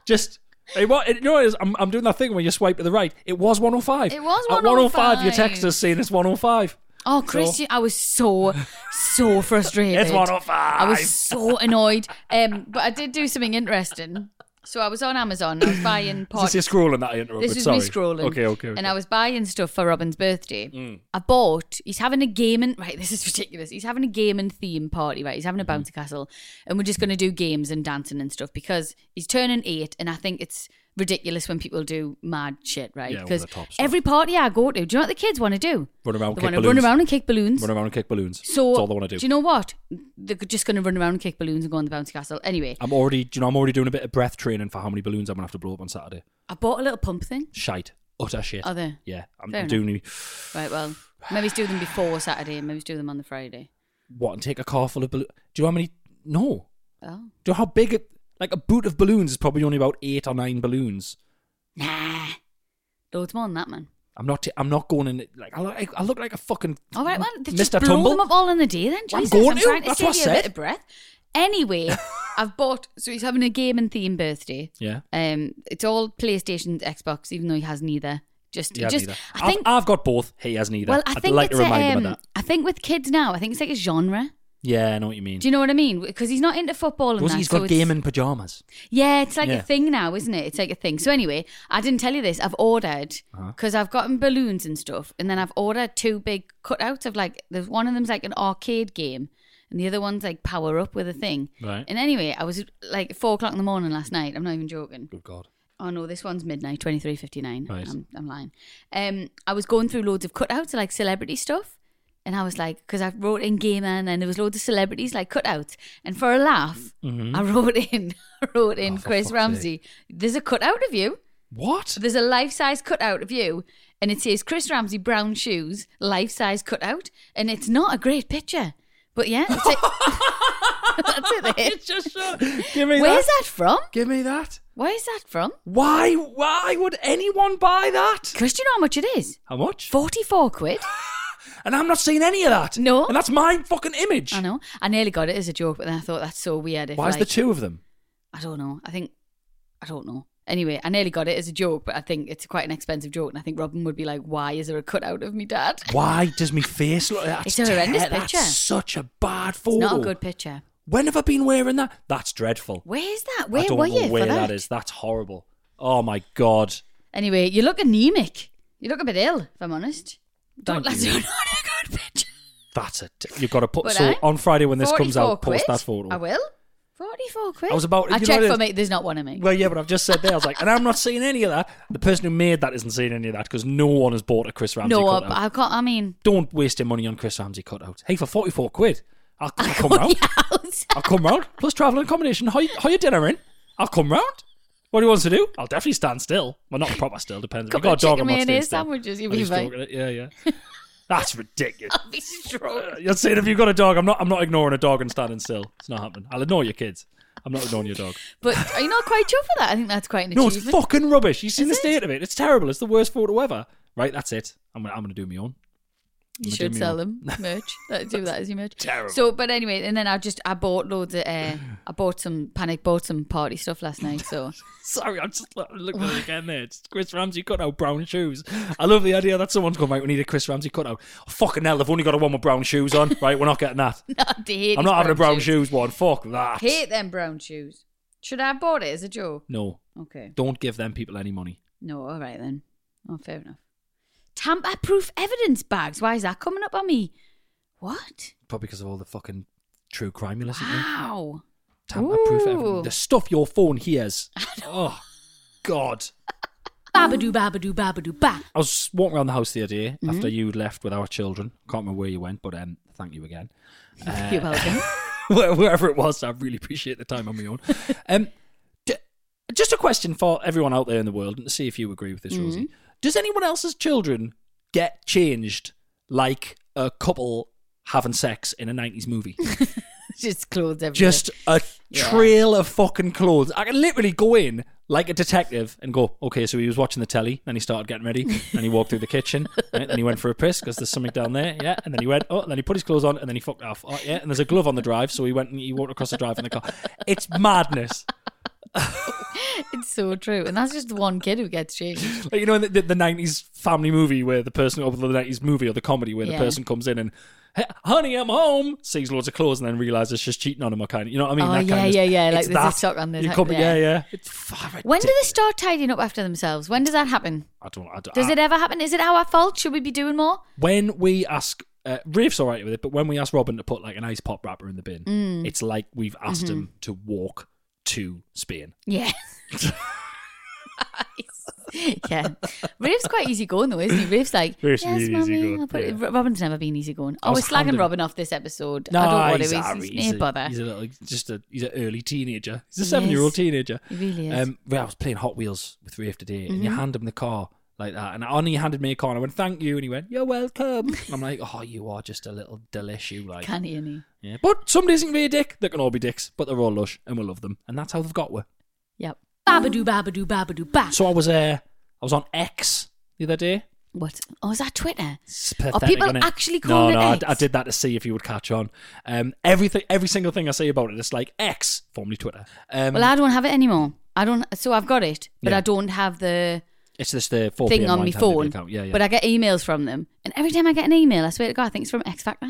[SPEAKER 2] just It was, it, you know, what it is? I'm, I'm doing that thing where you swipe to the right. It was 105.
[SPEAKER 1] It was
[SPEAKER 2] At 105, you
[SPEAKER 1] 105.
[SPEAKER 2] text us saying it's 105.
[SPEAKER 1] Oh, Christian, I was so,
[SPEAKER 2] [LAUGHS]
[SPEAKER 1] so frustrated.
[SPEAKER 2] It's 105.
[SPEAKER 1] I was so annoyed. Um, but I did do something interesting. So I was on Amazon. I was buying
[SPEAKER 2] Is
[SPEAKER 1] pot.
[SPEAKER 2] this you scrolling that I interrupted?
[SPEAKER 1] This was
[SPEAKER 2] Sorry.
[SPEAKER 1] me scrolling.
[SPEAKER 2] Okay, okay. Mm. okay.
[SPEAKER 1] And I was buying stuff for Robin's birthday. I bought, he's having a gaming, right, [LAUGHS] this is ridiculous. He's having a gaming theme party, right? He's having a
[SPEAKER 2] Mm-hmm.
[SPEAKER 1] bouncy castle. And we're just going to do games and dancing and stuff because he's turning eight. And I think it's ridiculous when people do mad shit, right?
[SPEAKER 2] Yeah, over
[SPEAKER 1] Because
[SPEAKER 2] the top stuff.
[SPEAKER 1] every party I go to, do you know what the kids want to do?
[SPEAKER 2] Run around,
[SPEAKER 1] They
[SPEAKER 2] kick
[SPEAKER 1] want to run
[SPEAKER 2] balloons.
[SPEAKER 1] around and kick balloons.
[SPEAKER 2] Run around and kick balloons.
[SPEAKER 1] So
[SPEAKER 2] That's all they want to do.
[SPEAKER 1] you know what? They're just going to run around and kick balloons and go on the bouncy castle. Anyway,
[SPEAKER 2] I'm already, do you know, I'm already doing a bit of breath training for how many balloons I'm gonna have to blow up on Saturday.
[SPEAKER 1] I bought a little pump thing.
[SPEAKER 2] Shite, utter shit.
[SPEAKER 1] Are they?
[SPEAKER 2] Yeah, I'm,
[SPEAKER 1] Fair enough.
[SPEAKER 2] I'm doing
[SPEAKER 1] Right, well, maybe do them before Saturday and maybe do them on the Friday.
[SPEAKER 2] what and take a car full of balloons. Do you know how many? No.
[SPEAKER 1] Oh,
[SPEAKER 2] Do you know how big? It, like a boot of balloons is probably only about eight or nine balloons.
[SPEAKER 1] nah. Loads more than that, man.
[SPEAKER 2] I'm not. T- I'm not going in. it- Like I look, I look like a fucking
[SPEAKER 1] All right, well, they
[SPEAKER 2] Mr.
[SPEAKER 1] just blow
[SPEAKER 2] Tumble.
[SPEAKER 1] them up all in the day then.
[SPEAKER 2] I'm
[SPEAKER 1] Jesus,
[SPEAKER 2] going to.
[SPEAKER 1] trying
[SPEAKER 2] That's
[SPEAKER 1] save
[SPEAKER 2] what I
[SPEAKER 1] you a bit
[SPEAKER 2] said.
[SPEAKER 1] of breath.
[SPEAKER 2] [LAUGHS]
[SPEAKER 1] Anyway, I've bought, so he's having a game and theme birthday.
[SPEAKER 2] Yeah.
[SPEAKER 1] Um, It's all PlayStation, Xbox, even though he has neither. Just,
[SPEAKER 2] He has
[SPEAKER 1] just,
[SPEAKER 2] neither.
[SPEAKER 1] I think,
[SPEAKER 2] I've, I've got both. He has neither.
[SPEAKER 1] well, I
[SPEAKER 2] I'd
[SPEAKER 1] think
[SPEAKER 2] like to
[SPEAKER 1] it's
[SPEAKER 2] remind
[SPEAKER 1] a, um,
[SPEAKER 2] him of that.
[SPEAKER 1] I think with kids now, I think it's like a genre.
[SPEAKER 2] Yeah, I know what you mean.
[SPEAKER 1] Do you know what I mean? Because he's not into football and
[SPEAKER 2] Plus,
[SPEAKER 1] that.
[SPEAKER 2] he's
[SPEAKER 1] so
[SPEAKER 2] got
[SPEAKER 1] it's-
[SPEAKER 2] game in pajamas.
[SPEAKER 1] Yeah, it's like
[SPEAKER 2] Yeah.
[SPEAKER 1] a thing now, isn't it? It's like a thing. So anyway, I didn't tell you this. I've ordered
[SPEAKER 2] Uh-huh.
[SPEAKER 1] because I've gotten balloons and stuff, and then I've ordered two big cutouts of like. There's one of them's like an arcade game, and the other one's like power up with a thing.
[SPEAKER 2] Right.
[SPEAKER 1] And anyway, I was like four o'clock in the morning last night. I'm not even joking.
[SPEAKER 2] Good God.
[SPEAKER 1] Oh no, this one's midnight, twenty three fifty nine.
[SPEAKER 2] Right.
[SPEAKER 1] I'm, I'm lying. Um, I was going through loads of cutouts of like celebrity stuff, and I was like, because I wrote in gamer, and then there was loads of celebrities like cutouts, and for a laugh, I wrote in, [LAUGHS] I wrote in
[SPEAKER 2] Mm-hmm. Oh, for
[SPEAKER 1] Chris
[SPEAKER 2] fuck's
[SPEAKER 1] Ramsey. There's a cutout of you.
[SPEAKER 2] What?
[SPEAKER 1] There's a life size cutout of you, and it says Chris Ramsey brown shoes, life size cutout, and it's not a great picture. But yeah, it's like, [LAUGHS]
[SPEAKER 2] [LAUGHS]
[SPEAKER 1] that's it. there.
[SPEAKER 2] [LAUGHS] Give me
[SPEAKER 1] Where's that from?
[SPEAKER 2] Give me that.
[SPEAKER 1] Where is that from?
[SPEAKER 2] Why? Why would anyone buy that?
[SPEAKER 1] Chris, do you know how much it is?
[SPEAKER 2] How much?
[SPEAKER 1] Forty-four quid.
[SPEAKER 2] And I'm not seeing any of that.
[SPEAKER 1] No.
[SPEAKER 2] And that's my fucking image.
[SPEAKER 1] I know. I nearly got it as a joke, but then I thought that's so weird. If,
[SPEAKER 2] Why is
[SPEAKER 1] like,
[SPEAKER 2] the two of them?
[SPEAKER 1] I don't know. I think I don't know. Anyway, I nearly got it as a joke, but I think it's quite an expensive joke, and I think Robin would be like, "Why is there a cutout of me dad?"
[SPEAKER 2] Why does me face look?
[SPEAKER 1] It's
[SPEAKER 2] That's
[SPEAKER 1] a horrendous
[SPEAKER 2] ter- that's
[SPEAKER 1] picture.
[SPEAKER 2] such a bad photo.
[SPEAKER 1] It's not a good picture.
[SPEAKER 2] When have I been wearing that? That's dreadful.
[SPEAKER 1] Where's that?
[SPEAKER 2] I
[SPEAKER 1] Where
[SPEAKER 2] don't
[SPEAKER 1] were
[SPEAKER 2] know
[SPEAKER 1] you
[SPEAKER 2] where
[SPEAKER 1] for that?
[SPEAKER 2] that is. That's horrible. Oh my god.
[SPEAKER 1] Anyway, you look anemic. You look a bit ill, if I'm honest. Don't
[SPEAKER 2] Thank
[SPEAKER 1] that's
[SPEAKER 2] you.
[SPEAKER 1] not [LAUGHS] a good picture.
[SPEAKER 2] That's it. You've got to put.
[SPEAKER 1] But
[SPEAKER 2] so
[SPEAKER 1] I-
[SPEAKER 2] on Friday when this comes
[SPEAKER 1] 44
[SPEAKER 2] out,
[SPEAKER 1] quid.
[SPEAKER 2] post that photo.
[SPEAKER 1] I will. Forty-four quid.
[SPEAKER 2] I was about-
[SPEAKER 1] I
[SPEAKER 2] you know
[SPEAKER 1] checked
[SPEAKER 2] what it
[SPEAKER 1] for
[SPEAKER 2] is?
[SPEAKER 1] me. There's not one of me.
[SPEAKER 2] Well, yeah, but I've just said there. I was like, and I'm not seeing any of that. The person who made that isn't seeing any of that because no one has bought a Chris Ramsey
[SPEAKER 1] no,
[SPEAKER 2] cutout.
[SPEAKER 1] I, I can't. I mean,
[SPEAKER 2] Don't waste your money on Chris Ramsey cutouts. Hey, for 44 quid, I'll,
[SPEAKER 1] [LAUGHS]
[SPEAKER 2] I'll come
[SPEAKER 1] got
[SPEAKER 2] round.
[SPEAKER 1] your house.
[SPEAKER 2] I'll come round. Plus travel and accommodation. How you, how you dinner in? I'll come round. What do you want to do? I'll definitely stand still. Well, not proper still. Depends. If you
[SPEAKER 1] Couple
[SPEAKER 2] got a dog,
[SPEAKER 1] of
[SPEAKER 2] I'm
[SPEAKER 1] chicken
[SPEAKER 2] not staying
[SPEAKER 1] mayonnaise
[SPEAKER 2] still.
[SPEAKER 1] sandwiches, you'll
[SPEAKER 2] I'll
[SPEAKER 1] be
[SPEAKER 2] just
[SPEAKER 1] fine.
[SPEAKER 2] stroke it. Yeah,
[SPEAKER 1] [LAUGHS]
[SPEAKER 2] yeah. That's ridiculous.
[SPEAKER 1] I'll be strong.
[SPEAKER 2] You're saying if you've got a dog, I'm not. I'm not ignoring a dog and standing still. It's not happening. I'll ignore your kids. I'm not ignoring your dog.
[SPEAKER 1] But are you not quite sure for that? I think that's quite an
[SPEAKER 2] No, it's
[SPEAKER 1] achievement.
[SPEAKER 2] fucking rubbish. You've
[SPEAKER 1] Is
[SPEAKER 2] seen the state of it. It's terrible. It's the worst photo ever. Right, that's it. I'm gonna, I'm gonna do me own. [LAUGHS]
[SPEAKER 1] you
[SPEAKER 2] I'ma
[SPEAKER 1] should
[SPEAKER 2] do me
[SPEAKER 1] sell
[SPEAKER 2] own.
[SPEAKER 1] them
[SPEAKER 2] [LAUGHS]
[SPEAKER 1] merch. That, do that as your merch.
[SPEAKER 2] terrible.
[SPEAKER 1] So, but anyway, and then I just I bought loads of uh, I bought some panic bought some party stuff last night.
[SPEAKER 2] [LAUGHS]
[SPEAKER 1] So [LAUGHS]
[SPEAKER 2] Sorry, I'm just like, looking at it again there. It's Chris Ramsey cutout, brown shoes. I love the idea that someone's come out. We need a Chris Ramsey cutout. Oh, fucking hell, they've only got a one with brown shoes on. Right, we're not getting that.
[SPEAKER 1] I hate these
[SPEAKER 2] I'm not having a brown
[SPEAKER 1] shoes.
[SPEAKER 2] shoes one. Fuck that.
[SPEAKER 1] Hate them brown shoes. Should I have bought it as a joke?
[SPEAKER 2] No,
[SPEAKER 1] Okay.
[SPEAKER 2] don't give them people any money.
[SPEAKER 1] No. All right then. Oh, fair enough. Tamper-proof evidence bags. Why is that coming up on me? What?
[SPEAKER 2] Probably because of all the fucking true crime you listen to.
[SPEAKER 1] Wow.
[SPEAKER 2] Tamper-proof
[SPEAKER 1] Ooh.
[SPEAKER 2] everything. The stuff your
[SPEAKER 1] [LAUGHS]
[SPEAKER 2] phone hears. Oh, God.
[SPEAKER 1] Babadoo, babadoo, babadoo, ba. Mm-hmm.
[SPEAKER 2] I was walking around the house the other day after you'd left with our children. Can't remember where you went, but um, thank you again. [LAUGHS] Uh,
[SPEAKER 1] You're welcome. [LAUGHS]
[SPEAKER 2] Where- Wherever it was, I really appreciate the time on my own. um, d- just a question for everyone out there in the world, and to see if you agree with this,
[SPEAKER 1] Mm-hmm.
[SPEAKER 2] Rosie. Does anyone else's children get changed like a couple having sex in a 90s movie?
[SPEAKER 1] Just clothes everywhere.
[SPEAKER 2] just a
[SPEAKER 1] Yeah.
[SPEAKER 2] trail of fucking clothes. I can literally go in like a detective and go, okay, so he was watching the telly, then he started getting ready, and he walked through the kitchen, right, then he went for a piss because there's something down there, yeah, and then he went, oh, and then he put his clothes on, and then he fucked off, oh, yeah, and there's a glove on the drive, so he went and he walked across the drive in the car. It's madness.
[SPEAKER 1] It's so true. And that's just one kid who gets changed.
[SPEAKER 2] Like, you know, in the, the, the 90s family movie where the person, or the 90s movie or the comedy where the
[SPEAKER 1] Yeah.
[SPEAKER 2] person comes in and, "Hey, honey, I'm home, sees loads of clothes and then realizes she's cheating on him or kind of, you know what I mean?
[SPEAKER 1] Oh,
[SPEAKER 2] that
[SPEAKER 1] yeah,
[SPEAKER 2] kind of,
[SPEAKER 1] yeah, yeah, like
[SPEAKER 2] it's
[SPEAKER 1] there's a
[SPEAKER 2] that.
[SPEAKER 1] sock on the
[SPEAKER 2] You
[SPEAKER 1] top,
[SPEAKER 2] come, yeah,
[SPEAKER 1] yeah.
[SPEAKER 2] yeah. It's far
[SPEAKER 1] When do they start tidying up after themselves? When does that happen?
[SPEAKER 2] I don't, I don't,
[SPEAKER 1] Does
[SPEAKER 2] I-
[SPEAKER 1] it ever happen? Is it our fault? Should we be doing more?
[SPEAKER 2] when we ask uh, Rafe's all right with it, but when we ask Robin to put like an ice pop wrapper in the bin,
[SPEAKER 1] Mm.
[SPEAKER 2] it's like we've asked
[SPEAKER 1] Mm-hmm.
[SPEAKER 2] him to walk to Spain. [LAUGHS]
[SPEAKER 1] Yeah. [LAUGHS] yeah. Rafe's quite easygoing though, isn't he? Rafe's like,
[SPEAKER 2] Rafe's
[SPEAKER 1] yes,
[SPEAKER 2] really
[SPEAKER 1] mummy.
[SPEAKER 2] easygoing,
[SPEAKER 1] I'll put it-
[SPEAKER 2] yeah.
[SPEAKER 1] Robin's never been easygoing.
[SPEAKER 2] I
[SPEAKER 1] Oh, we're
[SPEAKER 2] was hounding-
[SPEAKER 1] slagging Robin off this episode. I don't
[SPEAKER 2] Nah,
[SPEAKER 1] know what it
[SPEAKER 2] he's
[SPEAKER 1] is.
[SPEAKER 2] alright.
[SPEAKER 1] He's,
[SPEAKER 2] He's
[SPEAKER 1] no
[SPEAKER 2] a-
[SPEAKER 1] bother.
[SPEAKER 2] He's a little, just a, he's an early teenager. He's a
[SPEAKER 1] He
[SPEAKER 2] seven-year-old
[SPEAKER 1] is.
[SPEAKER 2] teenager.
[SPEAKER 1] He really is.
[SPEAKER 2] Um, well, I was playing Hot Wheels with Rafe today, and
[SPEAKER 1] Mm-hmm.
[SPEAKER 2] you hand him the car like that, and on he handed me a car, and I went, "Thank you," and he went,
[SPEAKER 1] [LAUGHS]
[SPEAKER 2] "You're welcome." And I'm like, "Oh, you are just a little delish, you like."
[SPEAKER 1] Can he? isn't he?
[SPEAKER 2] Yeah. But some days you can be a dick. They can all be dicks, but they're all lush, and we love them, and that's how they've got we.
[SPEAKER 1] Yep. Babadoo, babadoo, babadoo, ba.
[SPEAKER 2] So I was uh, I was on X the other day.
[SPEAKER 1] What? Oh, is that Twitter?
[SPEAKER 2] It's pathetic,
[SPEAKER 1] Are people
[SPEAKER 2] innit?
[SPEAKER 1] actually
[SPEAKER 2] no,
[SPEAKER 1] calling
[SPEAKER 2] no,
[SPEAKER 1] it
[SPEAKER 2] I-
[SPEAKER 1] X?
[SPEAKER 2] I, did that to see if you would catch on. Um, everything, every single thing I say about it, it's like X, formerly Twitter. Um,
[SPEAKER 1] Well, I don't have it anymore. I don't. So I've got it, but
[SPEAKER 2] Yeah.
[SPEAKER 1] I don't have the
[SPEAKER 2] it's just the 4
[SPEAKER 1] thing
[SPEAKER 2] PM
[SPEAKER 1] on my
[SPEAKER 2] wine time people
[SPEAKER 1] phone.
[SPEAKER 2] account. Yeah, yeah.
[SPEAKER 1] But I get emails from them, and every time I get an email, I swear to God, I think it's from X
[SPEAKER 2] [LAUGHS]
[SPEAKER 1] Factor.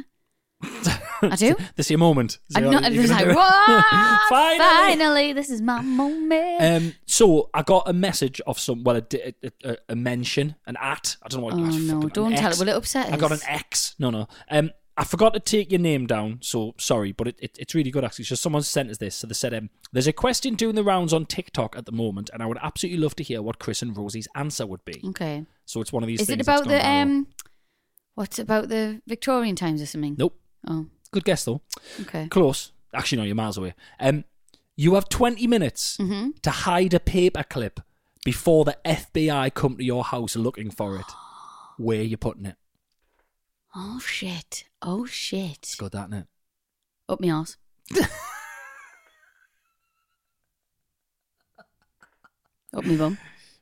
[SPEAKER 1] I do.
[SPEAKER 2] this is your moment. Is
[SPEAKER 1] I'm
[SPEAKER 2] it-
[SPEAKER 1] not. [LAUGHS]
[SPEAKER 2] you're
[SPEAKER 1] I'm just
[SPEAKER 2] gonna
[SPEAKER 1] like,
[SPEAKER 2] do it?
[SPEAKER 1] what?
[SPEAKER 2] [LAUGHS] Finally!
[SPEAKER 1] this is my moment.
[SPEAKER 2] Um, so I got a message of some, well, a, di- a, a, a mention, an at. I don't know what.
[SPEAKER 1] Oh,
[SPEAKER 2] I
[SPEAKER 1] no,
[SPEAKER 2] fucking- an
[SPEAKER 1] don't tell
[SPEAKER 2] X.
[SPEAKER 1] it. Will it upset
[SPEAKER 2] I got an
[SPEAKER 1] us?
[SPEAKER 2] X. No, no. Um, I forgot to take your name down, so sorry, but it, it, it's really good actually. So someone sent us this. So they said, um, "There's a question doing the rounds on TikTok at the moment, and I would absolutely love to hear what Chris and Rosie's answer would be."
[SPEAKER 1] okay.
[SPEAKER 2] So it's one of these.
[SPEAKER 1] Mm. Is
[SPEAKER 2] things
[SPEAKER 1] it
[SPEAKER 2] that's
[SPEAKER 1] about
[SPEAKER 2] gone
[SPEAKER 1] the
[SPEAKER 2] viral.
[SPEAKER 1] um? What's about the Victorian times or something?
[SPEAKER 2] Nope.
[SPEAKER 1] Oh,
[SPEAKER 2] Good guess though.
[SPEAKER 1] okay.
[SPEAKER 2] Close. Actually, no, you're miles away. Um, you have 20 minutes
[SPEAKER 1] Mm-hmm.
[SPEAKER 2] to hide a paperclip before the FBI come to your house looking for
[SPEAKER 1] [GASPS]
[SPEAKER 2] it. Where you putting it?
[SPEAKER 1] Oh shit. Oh shit.
[SPEAKER 2] It's good, that innit?
[SPEAKER 1] Up my
[SPEAKER 2] [LAUGHS]
[SPEAKER 1] arse. Up my bum.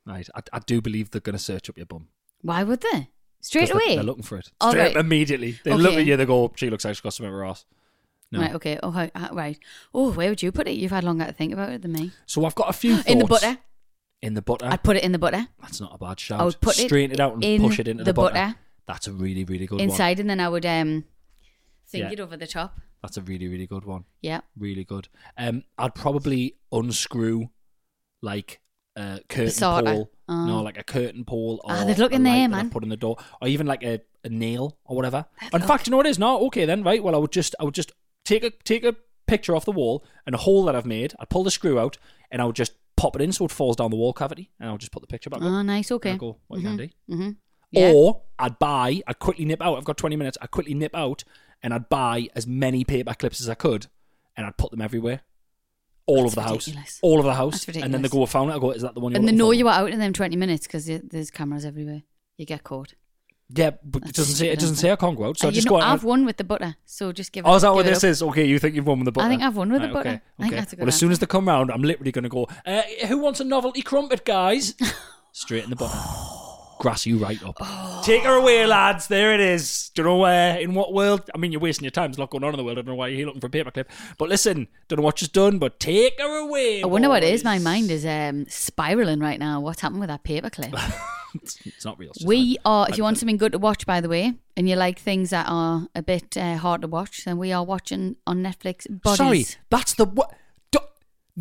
[SPEAKER 2] Right. I, I do believe they're going to search up your bum.
[SPEAKER 1] Why would they?
[SPEAKER 2] 'Cause
[SPEAKER 1] Straight
[SPEAKER 2] they're-
[SPEAKER 1] away.
[SPEAKER 2] They're looking for it.
[SPEAKER 1] All right.
[SPEAKER 2] Straight immediately. They look
[SPEAKER 1] Okay.
[SPEAKER 2] at you, they go, she looks like she's got something in her ass. No.
[SPEAKER 1] Right. Okay. Oh, how, how- right. Oh, where would you put it? You've had longer to think about it than me.
[SPEAKER 2] So I've got a few
[SPEAKER 1] [GASPS] In the
[SPEAKER 2] thoughts.
[SPEAKER 1] butter.
[SPEAKER 2] In the butter.
[SPEAKER 1] I'd put it in the butter
[SPEAKER 2] That's not a bad shout.
[SPEAKER 1] I would put it
[SPEAKER 2] Straighten it, out and
[SPEAKER 1] in
[SPEAKER 2] push it into the,
[SPEAKER 1] the butter.
[SPEAKER 2] That's a really, really good one.
[SPEAKER 1] inside, and then I would um, think
[SPEAKER 2] Yeah.
[SPEAKER 1] it over the top.
[SPEAKER 2] That's a really, really good one.
[SPEAKER 1] Yeah.
[SPEAKER 2] really good. Um, I'd probably unscrew like a curtain
[SPEAKER 1] sorter.
[SPEAKER 2] pole,
[SPEAKER 1] Oh.
[SPEAKER 2] no, like a curtain pole. Or
[SPEAKER 1] Ah, they'd look
[SPEAKER 2] a
[SPEAKER 1] in there,
[SPEAKER 2] light that
[SPEAKER 1] man.
[SPEAKER 2] I put in the door, or even like a, a nail or whatever. in fact, you know what it is? No, okay then, right? Well, I would just, I would just take a take a picture off the wall and a hole that I've made. I'd pull the screw out and I would just pop it in so it falls down the wall cavity, and I'll just put the picture back.
[SPEAKER 1] Oh,
[SPEAKER 2] up.
[SPEAKER 1] nice.
[SPEAKER 2] And
[SPEAKER 1] Okay.
[SPEAKER 2] I'd go, what you gonna do?
[SPEAKER 1] Mm-hmm. Yeah.
[SPEAKER 2] Or I'd buy, I'd quickly nip out. I've got 20 minutes. I'd quickly nip out and I'd buy as many paper clips as I could and I'd put them everywhere. All
[SPEAKER 1] That's
[SPEAKER 2] over the house.
[SPEAKER 1] ridiculous.
[SPEAKER 2] All over the house.
[SPEAKER 1] That's
[SPEAKER 2] And then they
[SPEAKER 1] ridiculous.
[SPEAKER 2] go, I found it. I go, is that the one you're
[SPEAKER 1] and they
[SPEAKER 2] looking
[SPEAKER 1] know
[SPEAKER 2] for?"
[SPEAKER 1] you were out in them twenty minutes because there's cameras everywhere. You get caught.
[SPEAKER 2] Yeah, but it
[SPEAKER 1] That's
[SPEAKER 2] doesn't say, it
[SPEAKER 1] stupid,
[SPEAKER 2] doesn't
[SPEAKER 1] isn't it?
[SPEAKER 2] say I can't go out.
[SPEAKER 1] Uh,
[SPEAKER 2] So I
[SPEAKER 1] you
[SPEAKER 2] just
[SPEAKER 1] know,
[SPEAKER 2] go out. and-
[SPEAKER 1] I've won with the butter, so just give it.
[SPEAKER 2] Oh, is that what
[SPEAKER 1] give it
[SPEAKER 2] this
[SPEAKER 1] up.
[SPEAKER 2] is? Okay, you think you've won with the butter?
[SPEAKER 1] think I've won with the
[SPEAKER 2] Right,
[SPEAKER 1] butter.
[SPEAKER 2] Okay,
[SPEAKER 1] I think
[SPEAKER 2] okay.
[SPEAKER 1] that's a good
[SPEAKER 2] well, as soon
[SPEAKER 1] answer.
[SPEAKER 2] as they come round, I'm literally going to go, uh, who wants a novelty crumpet, guys? [GASPS] Straight in
[SPEAKER 1] [GASPS]
[SPEAKER 2] the butter. Grass you right up.
[SPEAKER 1] Oh.
[SPEAKER 2] Take her away, lads. There it is. Don't know where, in what world. I mean, you're wasting your time. There's a lot going on in the world. I don't know why you're here looking for a paperclip. But listen, don't know what she's done, but take her away.
[SPEAKER 1] I wonder what it is.
[SPEAKER 2] boys.
[SPEAKER 1] My mind is um, spiraling right now. What's happened with that paperclip?
[SPEAKER 2] It's, it's not real. it's just
[SPEAKER 1] We
[SPEAKER 2] like-
[SPEAKER 1] are. If
[SPEAKER 2] like
[SPEAKER 1] you want
[SPEAKER 2] the-
[SPEAKER 1] something good to watch, by the way, and you like things that are a bit uh, hard to watch, then we are watching on Netflix. Bodies.
[SPEAKER 2] Sorry, that's the what. do-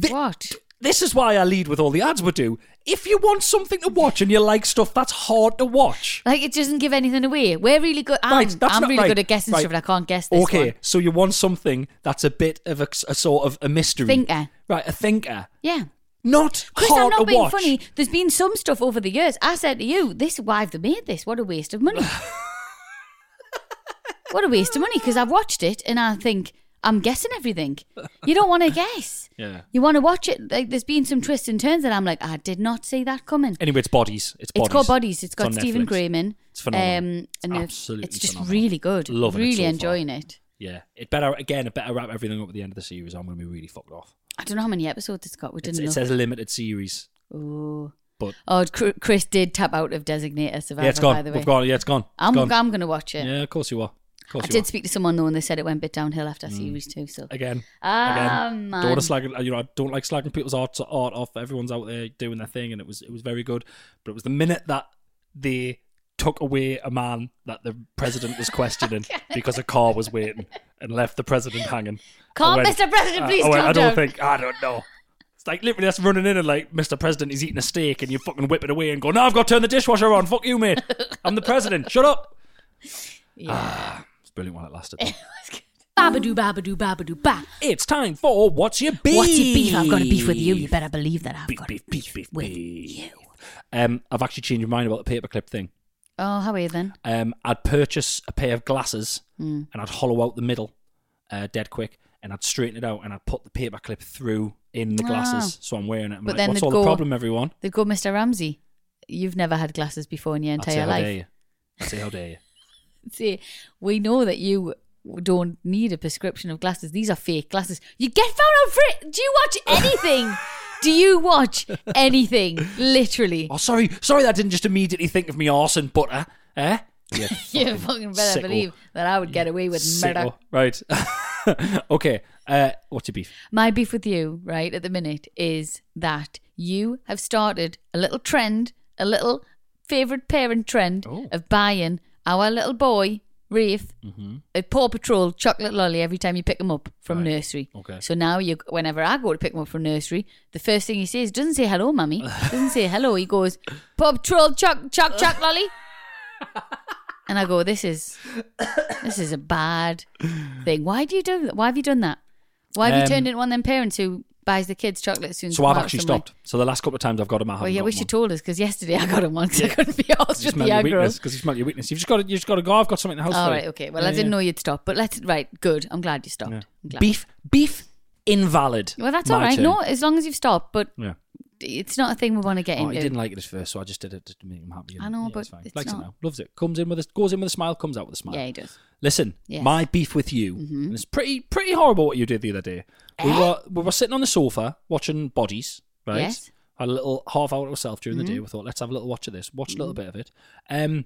[SPEAKER 2] thi-
[SPEAKER 1] What?
[SPEAKER 2] This is why I lead with all the ads we do. If you want something to watch and you like stuff that's hard to watch,
[SPEAKER 1] Like it doesn't give anything away. We're really good. I'm,
[SPEAKER 2] Right, that's
[SPEAKER 1] I'm
[SPEAKER 2] not
[SPEAKER 1] really
[SPEAKER 2] right.
[SPEAKER 1] good at guessing
[SPEAKER 2] Right.
[SPEAKER 1] stuff, and I can't guess this
[SPEAKER 2] okay,
[SPEAKER 1] one.
[SPEAKER 2] so you want something that's a bit of a, a sort of a mystery.
[SPEAKER 1] Thinker.
[SPEAKER 2] Right, a thinker.
[SPEAKER 1] uh, Yeah.
[SPEAKER 2] Not
[SPEAKER 1] Chris, I'm
[SPEAKER 2] hard
[SPEAKER 1] not
[SPEAKER 2] to
[SPEAKER 1] being
[SPEAKER 2] watch.
[SPEAKER 1] funny. There's been some stuff over the years. I said to you, "This why have they made this? What a waste of
[SPEAKER 2] [LAUGHS]
[SPEAKER 1] money! what a waste of money!" Because I've watched it and I think I'm guessing everything. You don't want to guess.
[SPEAKER 2] Yeah.
[SPEAKER 1] You want to watch it. Like there's been some twists and turns that I'm like, "Ah, I did not see that coming.
[SPEAKER 2] Anyway, it's bodies. It's bodies.
[SPEAKER 1] It's called Bodies. It's got
[SPEAKER 2] on
[SPEAKER 1] Stephen
[SPEAKER 2] Netflix.
[SPEAKER 1] Grayman.
[SPEAKER 2] It's phenomenal.
[SPEAKER 1] Um, and it's-
[SPEAKER 2] absolutely
[SPEAKER 1] it's just
[SPEAKER 2] phenomenal.
[SPEAKER 1] really good.
[SPEAKER 2] Loving it
[SPEAKER 1] really
[SPEAKER 2] so far.
[SPEAKER 1] enjoying it.
[SPEAKER 2] Yeah, it better again. It better wrap everything up at the end of the series. or I'm going to be really fucked off.
[SPEAKER 1] I don't know how many episodes it's got. We
[SPEAKER 2] It's,
[SPEAKER 1] didn't
[SPEAKER 2] it
[SPEAKER 1] look.
[SPEAKER 2] says limited series,
[SPEAKER 1] Ooh.
[SPEAKER 2] but
[SPEAKER 1] Oh, Cr- Chris did tap out of Designator Survivor.
[SPEAKER 2] yeah, it's gone.
[SPEAKER 1] By the way,
[SPEAKER 2] We've gone. Yeah, it's gone. It's
[SPEAKER 1] I'm
[SPEAKER 2] gone.
[SPEAKER 1] I'm gonna watch it.
[SPEAKER 2] Yeah, of course you are. Of course
[SPEAKER 1] I
[SPEAKER 2] you
[SPEAKER 1] did
[SPEAKER 2] are. Mm.
[SPEAKER 1] speak to someone though, and they said it went a bit downhill after series two. So
[SPEAKER 2] again.
[SPEAKER 1] Ah,
[SPEAKER 2] again.
[SPEAKER 1] man.
[SPEAKER 2] Don't want to slag. You know, I don't like slagging people's art art off. Everyone's out there doing their thing, and it was it was very good. But it was the minute that they took away a man that the president was
[SPEAKER 1] [LAUGHS]
[SPEAKER 2] questioning because a car was waiting and left the president hanging.
[SPEAKER 1] Calm,
[SPEAKER 2] I went-
[SPEAKER 1] Mr. President,
[SPEAKER 2] I-
[SPEAKER 1] please
[SPEAKER 2] I, went,
[SPEAKER 1] calm
[SPEAKER 2] I don't
[SPEAKER 1] down."
[SPEAKER 2] think. I don't know. It's like literally that's running in and like, Mr. President, he's eating a steak, and you fucking whip it away and go, "No, I've got to turn the dishwasher on. Fuck you, mate. I'm the president.
[SPEAKER 1] [LAUGHS]
[SPEAKER 2] Shut up." Yeah. it's brilliant while it lasted.
[SPEAKER 1] babadoo, babadoo, babadoo, ba.
[SPEAKER 2] It's time for what's your beef?
[SPEAKER 1] What's your beef? I've got a beef with you. You better believe that I've
[SPEAKER 2] Beef,
[SPEAKER 1] got
[SPEAKER 2] beef,
[SPEAKER 1] a
[SPEAKER 2] beef,
[SPEAKER 1] beef,
[SPEAKER 2] beef,
[SPEAKER 1] with
[SPEAKER 2] beef.
[SPEAKER 1] you.
[SPEAKER 2] Um, I've actually changed my mind about the paperclip thing.
[SPEAKER 1] Oh, how are you then?
[SPEAKER 2] Um, I'd purchase a pair of glasses
[SPEAKER 1] Hmm.
[SPEAKER 2] and I'd hollow out the middle, uh, dead quick, and I'd straighten it out and I'd put the paperclip through in the glasses, so I'm wearing it. I'm
[SPEAKER 1] Ah. But
[SPEAKER 2] like,
[SPEAKER 1] then
[SPEAKER 2] what's
[SPEAKER 1] they'd
[SPEAKER 2] all the
[SPEAKER 1] go-
[SPEAKER 2] problem, everyone?
[SPEAKER 1] They go, Mr. Ramsey. You've never had glasses before in your
[SPEAKER 2] I'd say,
[SPEAKER 1] entire
[SPEAKER 2] how dare
[SPEAKER 1] life.
[SPEAKER 2] you? I'd say, how dare you?
[SPEAKER 1] See, we know that you don't need a prescription of glasses. These are fake glasses. You get found out for it. Do you
[SPEAKER 2] [LAUGHS]
[SPEAKER 1] watch anything? Do you watch anything? Literally.
[SPEAKER 2] Oh, sorry, sorry, that didn't just immediately think of me arse and butter, eh? Yeah,
[SPEAKER 1] You fucking better
[SPEAKER 2] sicko.
[SPEAKER 1] believe that I would get away with murder.
[SPEAKER 2] Sicko. Right. [LAUGHS] okay. Uh, what's your beef?
[SPEAKER 1] My beef with you, right, at the minute is that you have started a little trend, a little favourite parent trend
[SPEAKER 2] Oh.
[SPEAKER 1] of buying our little boy, Rafe, a Paw Patrol chocolate lolly every time you pick him up from
[SPEAKER 2] Mm-hmm. Right.
[SPEAKER 1] nursery.
[SPEAKER 2] Okay.
[SPEAKER 1] So now, you, whenever I go to pick him up from nursery, the first thing he says doesn't say hello,
[SPEAKER 2] [LAUGHS]
[SPEAKER 1] mummy. Doesn't say hello. He goes, Paw Patrol choc choc choc
[SPEAKER 2] [LAUGHS]
[SPEAKER 1] lolly. and I go, this is this is a bad thing. Why do you do that? Why have you done that? Why have
[SPEAKER 2] Um,
[SPEAKER 1] you turned into one of them parents who buys the kids chocolate as soon? as
[SPEAKER 2] So
[SPEAKER 1] they
[SPEAKER 2] I've
[SPEAKER 1] come out
[SPEAKER 2] actually
[SPEAKER 1] somewhere?
[SPEAKER 2] stopped. So the last couple of times I've got him, I
[SPEAKER 1] Well,
[SPEAKER 2] haven't
[SPEAKER 1] yeah,
[SPEAKER 2] got
[SPEAKER 1] wish you
[SPEAKER 2] one.
[SPEAKER 1] told us because yesterday I got him once. I couldn't be asked
[SPEAKER 2] You
[SPEAKER 1] with the
[SPEAKER 2] smell your weakness
[SPEAKER 1] aggro.
[SPEAKER 2] because you smell your weakness. You've just got to, you've just got to go. I've got something in the house.
[SPEAKER 1] All
[SPEAKER 2] for you."
[SPEAKER 1] right, okay. Well,
[SPEAKER 2] Yeah,
[SPEAKER 1] I didn't
[SPEAKER 2] yeah.
[SPEAKER 1] know you'd stop, but let's. Right, good. I'm glad you stopped. I'm glad.
[SPEAKER 2] Beef, beef, invalid.
[SPEAKER 1] Well, that's
[SPEAKER 2] My
[SPEAKER 1] all right.
[SPEAKER 2] turn.
[SPEAKER 1] No, as long as you've stopped, but
[SPEAKER 2] Yeah.
[SPEAKER 1] it's not a thing we want to get
[SPEAKER 2] Oh, he
[SPEAKER 1] into.
[SPEAKER 2] didn't like it at first, so I just did it to make him happy.
[SPEAKER 1] I know,
[SPEAKER 2] Yeah,
[SPEAKER 1] but
[SPEAKER 2] it's fine.
[SPEAKER 1] it's
[SPEAKER 2] likes it
[SPEAKER 1] not-
[SPEAKER 2] now. Loves it. Comes in with a, goes in with a smile, comes out with a smile.
[SPEAKER 1] yeah, he does.
[SPEAKER 2] Listen,
[SPEAKER 1] Yes. Mm-hmm.
[SPEAKER 2] my beef with you, and it's pretty pretty horrible what you did the other day. We
[SPEAKER 1] Eh?
[SPEAKER 2] were we were sitting on the sofa watching Bodies, right?
[SPEAKER 1] Yes. Mm-hmm.
[SPEAKER 2] Had a little half hour to ourselves during the day. We thought, let's have a little watch of this. Watch a little bit of it. Um,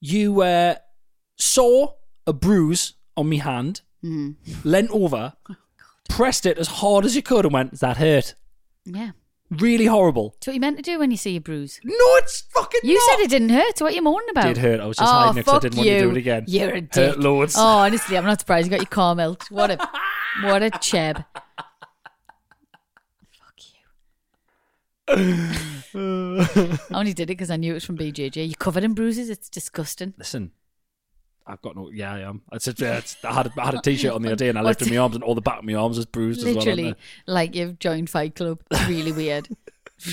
[SPEAKER 2] you uh, saw a bruise on me hand,
[SPEAKER 1] Mm-hmm. [LAUGHS]
[SPEAKER 2] leant over,
[SPEAKER 1] Oh,
[SPEAKER 2] pressed it as hard as you could, and went, "Does that hurt?"
[SPEAKER 1] Yeah.
[SPEAKER 2] Really horrible.
[SPEAKER 1] It's what you meant to do when you see a bruise.
[SPEAKER 2] No, it's fucking.
[SPEAKER 1] You
[SPEAKER 2] not.
[SPEAKER 1] said it didn't hurt, so what are you moaning about?
[SPEAKER 2] Did hurt. I was just
[SPEAKER 1] oh,
[SPEAKER 2] hiding it 'cause I
[SPEAKER 1] fuck
[SPEAKER 2] didn't
[SPEAKER 1] you.
[SPEAKER 2] want you to do it again.
[SPEAKER 1] You're a dick.
[SPEAKER 2] Hurt loads.
[SPEAKER 1] Oh, honestly, I'm not surprised you got your car milked. What
[SPEAKER 2] [LAUGHS]
[SPEAKER 1] a what a cheb. Fuck you. I only did it because I knew it was from BJJ. You're covered in bruises. It's disgusting.
[SPEAKER 2] listen, I've got no. Yeah, I am. It's, it's, it's, I had a,
[SPEAKER 1] [LAUGHS]
[SPEAKER 2] I had a t-shirt on the other day, and I lifted my arms, and all the back of my arms was bruised as well.
[SPEAKER 1] Literally,
[SPEAKER 2] aren't
[SPEAKER 1] like you've joined Fight Club. It's really
[SPEAKER 2] [LAUGHS]
[SPEAKER 1] weird.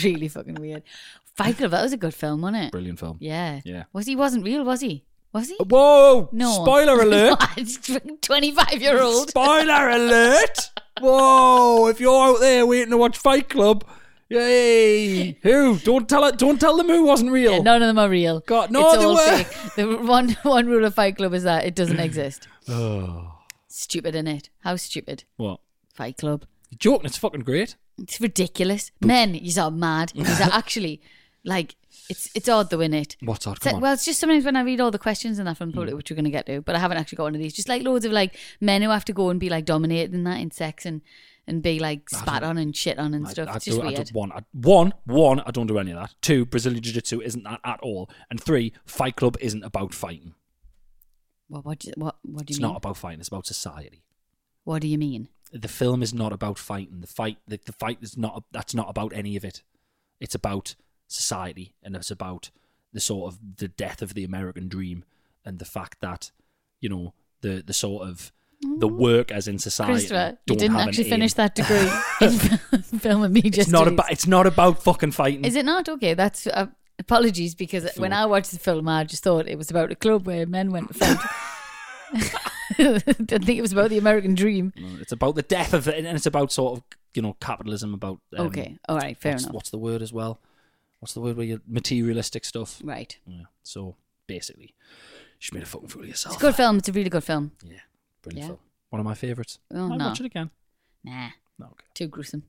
[SPEAKER 1] really fucking weird. Fight Club. That was a good film, wasn't
[SPEAKER 2] they?
[SPEAKER 1] it?
[SPEAKER 2] Brilliant film.
[SPEAKER 1] Yeah.
[SPEAKER 2] Yeah. Uh,
[SPEAKER 1] Was he wasn't real? Was he? Was he?
[SPEAKER 2] Whoa!
[SPEAKER 1] No. [LAUGHS]
[SPEAKER 2] Spoiler alert!
[SPEAKER 1] Twenty-five year old.
[SPEAKER 2] Spoiler alert! Whoa! If you're out there waiting to watch Fight Club,
[SPEAKER 1] [LAUGHS]
[SPEAKER 2] yay! Who? Don't tell it. Don't tell them who wasn't real.
[SPEAKER 1] Yeah, none of them are real.
[SPEAKER 2] Oh. God, no,
[SPEAKER 1] it's
[SPEAKER 2] they
[SPEAKER 1] all
[SPEAKER 2] were.
[SPEAKER 1] fake. The one [LAUGHS] one rule of Fight Club is that it
[SPEAKER 2] [CLEARS THROAT]
[SPEAKER 1] doesn't exist.
[SPEAKER 2] Oh.
[SPEAKER 1] stupid, is it? How stupid?
[SPEAKER 2] What?
[SPEAKER 1] Fight Club.
[SPEAKER 2] You're joking? It's fucking great.
[SPEAKER 1] It's ridiculous. Men, you are mad. You
[SPEAKER 2] [LAUGHS]
[SPEAKER 1] are actually like it's it's odd though, innit?
[SPEAKER 2] What's odd?
[SPEAKER 1] It's like-
[SPEAKER 2] Come on. Mm.
[SPEAKER 1] well, it's just sometimes when I read all the questions and that from public, which we're going to get to, but I haven't actually got one of these. Just like loads of like men who have to go and be like dominated in that in sex and and be like spat on and shit on and
[SPEAKER 2] I-
[SPEAKER 1] stuff.
[SPEAKER 2] I,
[SPEAKER 1] it's just
[SPEAKER 2] do, I
[SPEAKER 1] weird.
[SPEAKER 2] do, one, I, one, one, I don't do any of that. Two, Brazilian Jiu Jitsu isn't that at all. And three, Fight Club isn't about fighting.
[SPEAKER 1] What what do you- what, what do you
[SPEAKER 2] It's
[SPEAKER 1] mean?
[SPEAKER 2] not about fighting, it's about society.
[SPEAKER 1] what do you mean?
[SPEAKER 2] The film is not about fighting. The fight, the, the fight is not, that's not about any of it. It's about society and it's about the sort of the death of the American dream and the fact that, you know, the, the sort of the workers in society
[SPEAKER 1] Mm. Christopher, you
[SPEAKER 2] don't
[SPEAKER 1] didn't
[SPEAKER 2] have an
[SPEAKER 1] actually
[SPEAKER 2] aim.
[SPEAKER 1] finish that
[SPEAKER 2] [LAUGHS]
[SPEAKER 1] degree in [LAUGHS] film and media
[SPEAKER 2] It's not
[SPEAKER 1] studies.
[SPEAKER 2] about it's not about fucking fighting.
[SPEAKER 1] Is it not okay? That's uh, apologies because when I watched the film, I just thought it was about a club where men went to
[SPEAKER 2] [LAUGHS]
[SPEAKER 1] fight. [LAUGHS] I didn't think it was about the American dream.
[SPEAKER 2] It's about the death of it, and it's about sort of you know capitalism. About um,
[SPEAKER 1] okay, all right, fair
[SPEAKER 2] what's,
[SPEAKER 1] enough.
[SPEAKER 2] what's the word as well? What's the word where you materialistic stuff?
[SPEAKER 1] Right,
[SPEAKER 2] Yeah. So basically, you just made a fucking fool of yourself.
[SPEAKER 1] it's a good film. It's a really good film.
[SPEAKER 2] Yeah, brilliant
[SPEAKER 1] Yeah.
[SPEAKER 2] film. One of my favorites.
[SPEAKER 1] Oh,
[SPEAKER 2] I'd
[SPEAKER 1] no.
[SPEAKER 2] watch it again.
[SPEAKER 1] Nah,
[SPEAKER 2] No, okay.
[SPEAKER 1] too gruesome.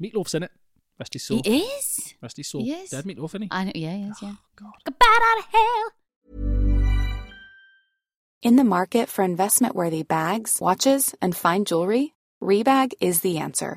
[SPEAKER 2] Meatloaf's in it. Rest his soul.
[SPEAKER 1] He is.
[SPEAKER 2] Rest his soul.
[SPEAKER 1] He is?
[SPEAKER 2] Dead meatloaf, is he?
[SPEAKER 1] I know. Yeah, he is. Yeah.
[SPEAKER 2] God.
[SPEAKER 1] Goodbye out of hell.
[SPEAKER 4] In the market for investment worthy bags, watches, and fine jewelry, Rebag is the answer.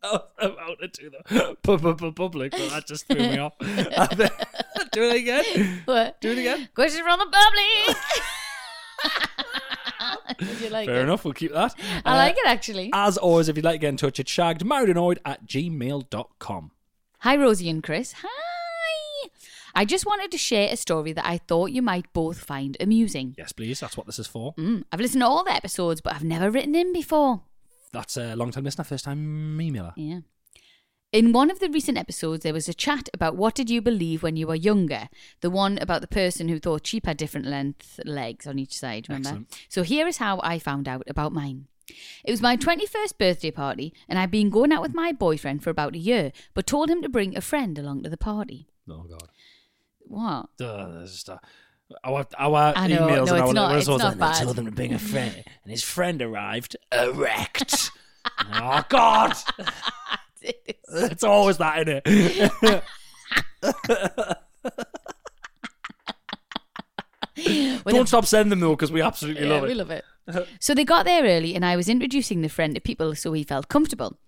[SPEAKER 2] I was about to do the [LAUGHS] pu- pu- pu- public, but that just threw me off. [LAUGHS] do it again.
[SPEAKER 1] What?
[SPEAKER 2] Do it again.
[SPEAKER 1] Questions from the
[SPEAKER 2] [LAUGHS]
[SPEAKER 1] public. Did you like
[SPEAKER 2] Fair
[SPEAKER 1] it?
[SPEAKER 2] enough. We'll keep that.
[SPEAKER 1] I
[SPEAKER 2] Uh,
[SPEAKER 1] like it actually.
[SPEAKER 2] As always, if you'd like to get in touch, it's shaggedmarriedanoid at gmail.com.
[SPEAKER 1] Hi, Rosie and Chris. Hi. I just wanted to share a story that I thought you might both find amusing.
[SPEAKER 2] Yes, please. That's what this is for.
[SPEAKER 1] Mm, I've listened to all the episodes, but I've never written in before.
[SPEAKER 2] That's a long time listener, first time emailer.
[SPEAKER 1] Yeah. In one of the recent episodes, there was a chat about what did you believe when you were younger. The one about the person who thought sheep had different length legs on each side. Remember?
[SPEAKER 2] Excellent.
[SPEAKER 1] So here is how I found out about mine. It was my 21st birthday party, and I'd been going out with my boyfriend for about a year, but told him to bring a friend along to the party.
[SPEAKER 2] Oh, God.
[SPEAKER 1] What?
[SPEAKER 2] Duh, there's just uh, a, our our
[SPEAKER 1] I know,
[SPEAKER 2] emails
[SPEAKER 1] no, it's
[SPEAKER 2] and our
[SPEAKER 1] not-
[SPEAKER 2] letters
[SPEAKER 1] it's
[SPEAKER 2] was
[SPEAKER 1] not
[SPEAKER 2] like, "I
[SPEAKER 1] bad."
[SPEAKER 2] told them to bring
[SPEAKER 1] [LAUGHS]
[SPEAKER 2] a friend, and his friend arrived erect. [LAUGHS] oh,
[SPEAKER 1] [LAUGHS]
[SPEAKER 2] God. It's always that in it.
[SPEAKER 1] With a
[SPEAKER 2] Don't stop sending them, though, because we absolutely
[SPEAKER 1] Yeah,
[SPEAKER 2] love it.
[SPEAKER 1] we love it. [LAUGHS] so they got there early, and I was introducing the friend to people so he felt comfortable.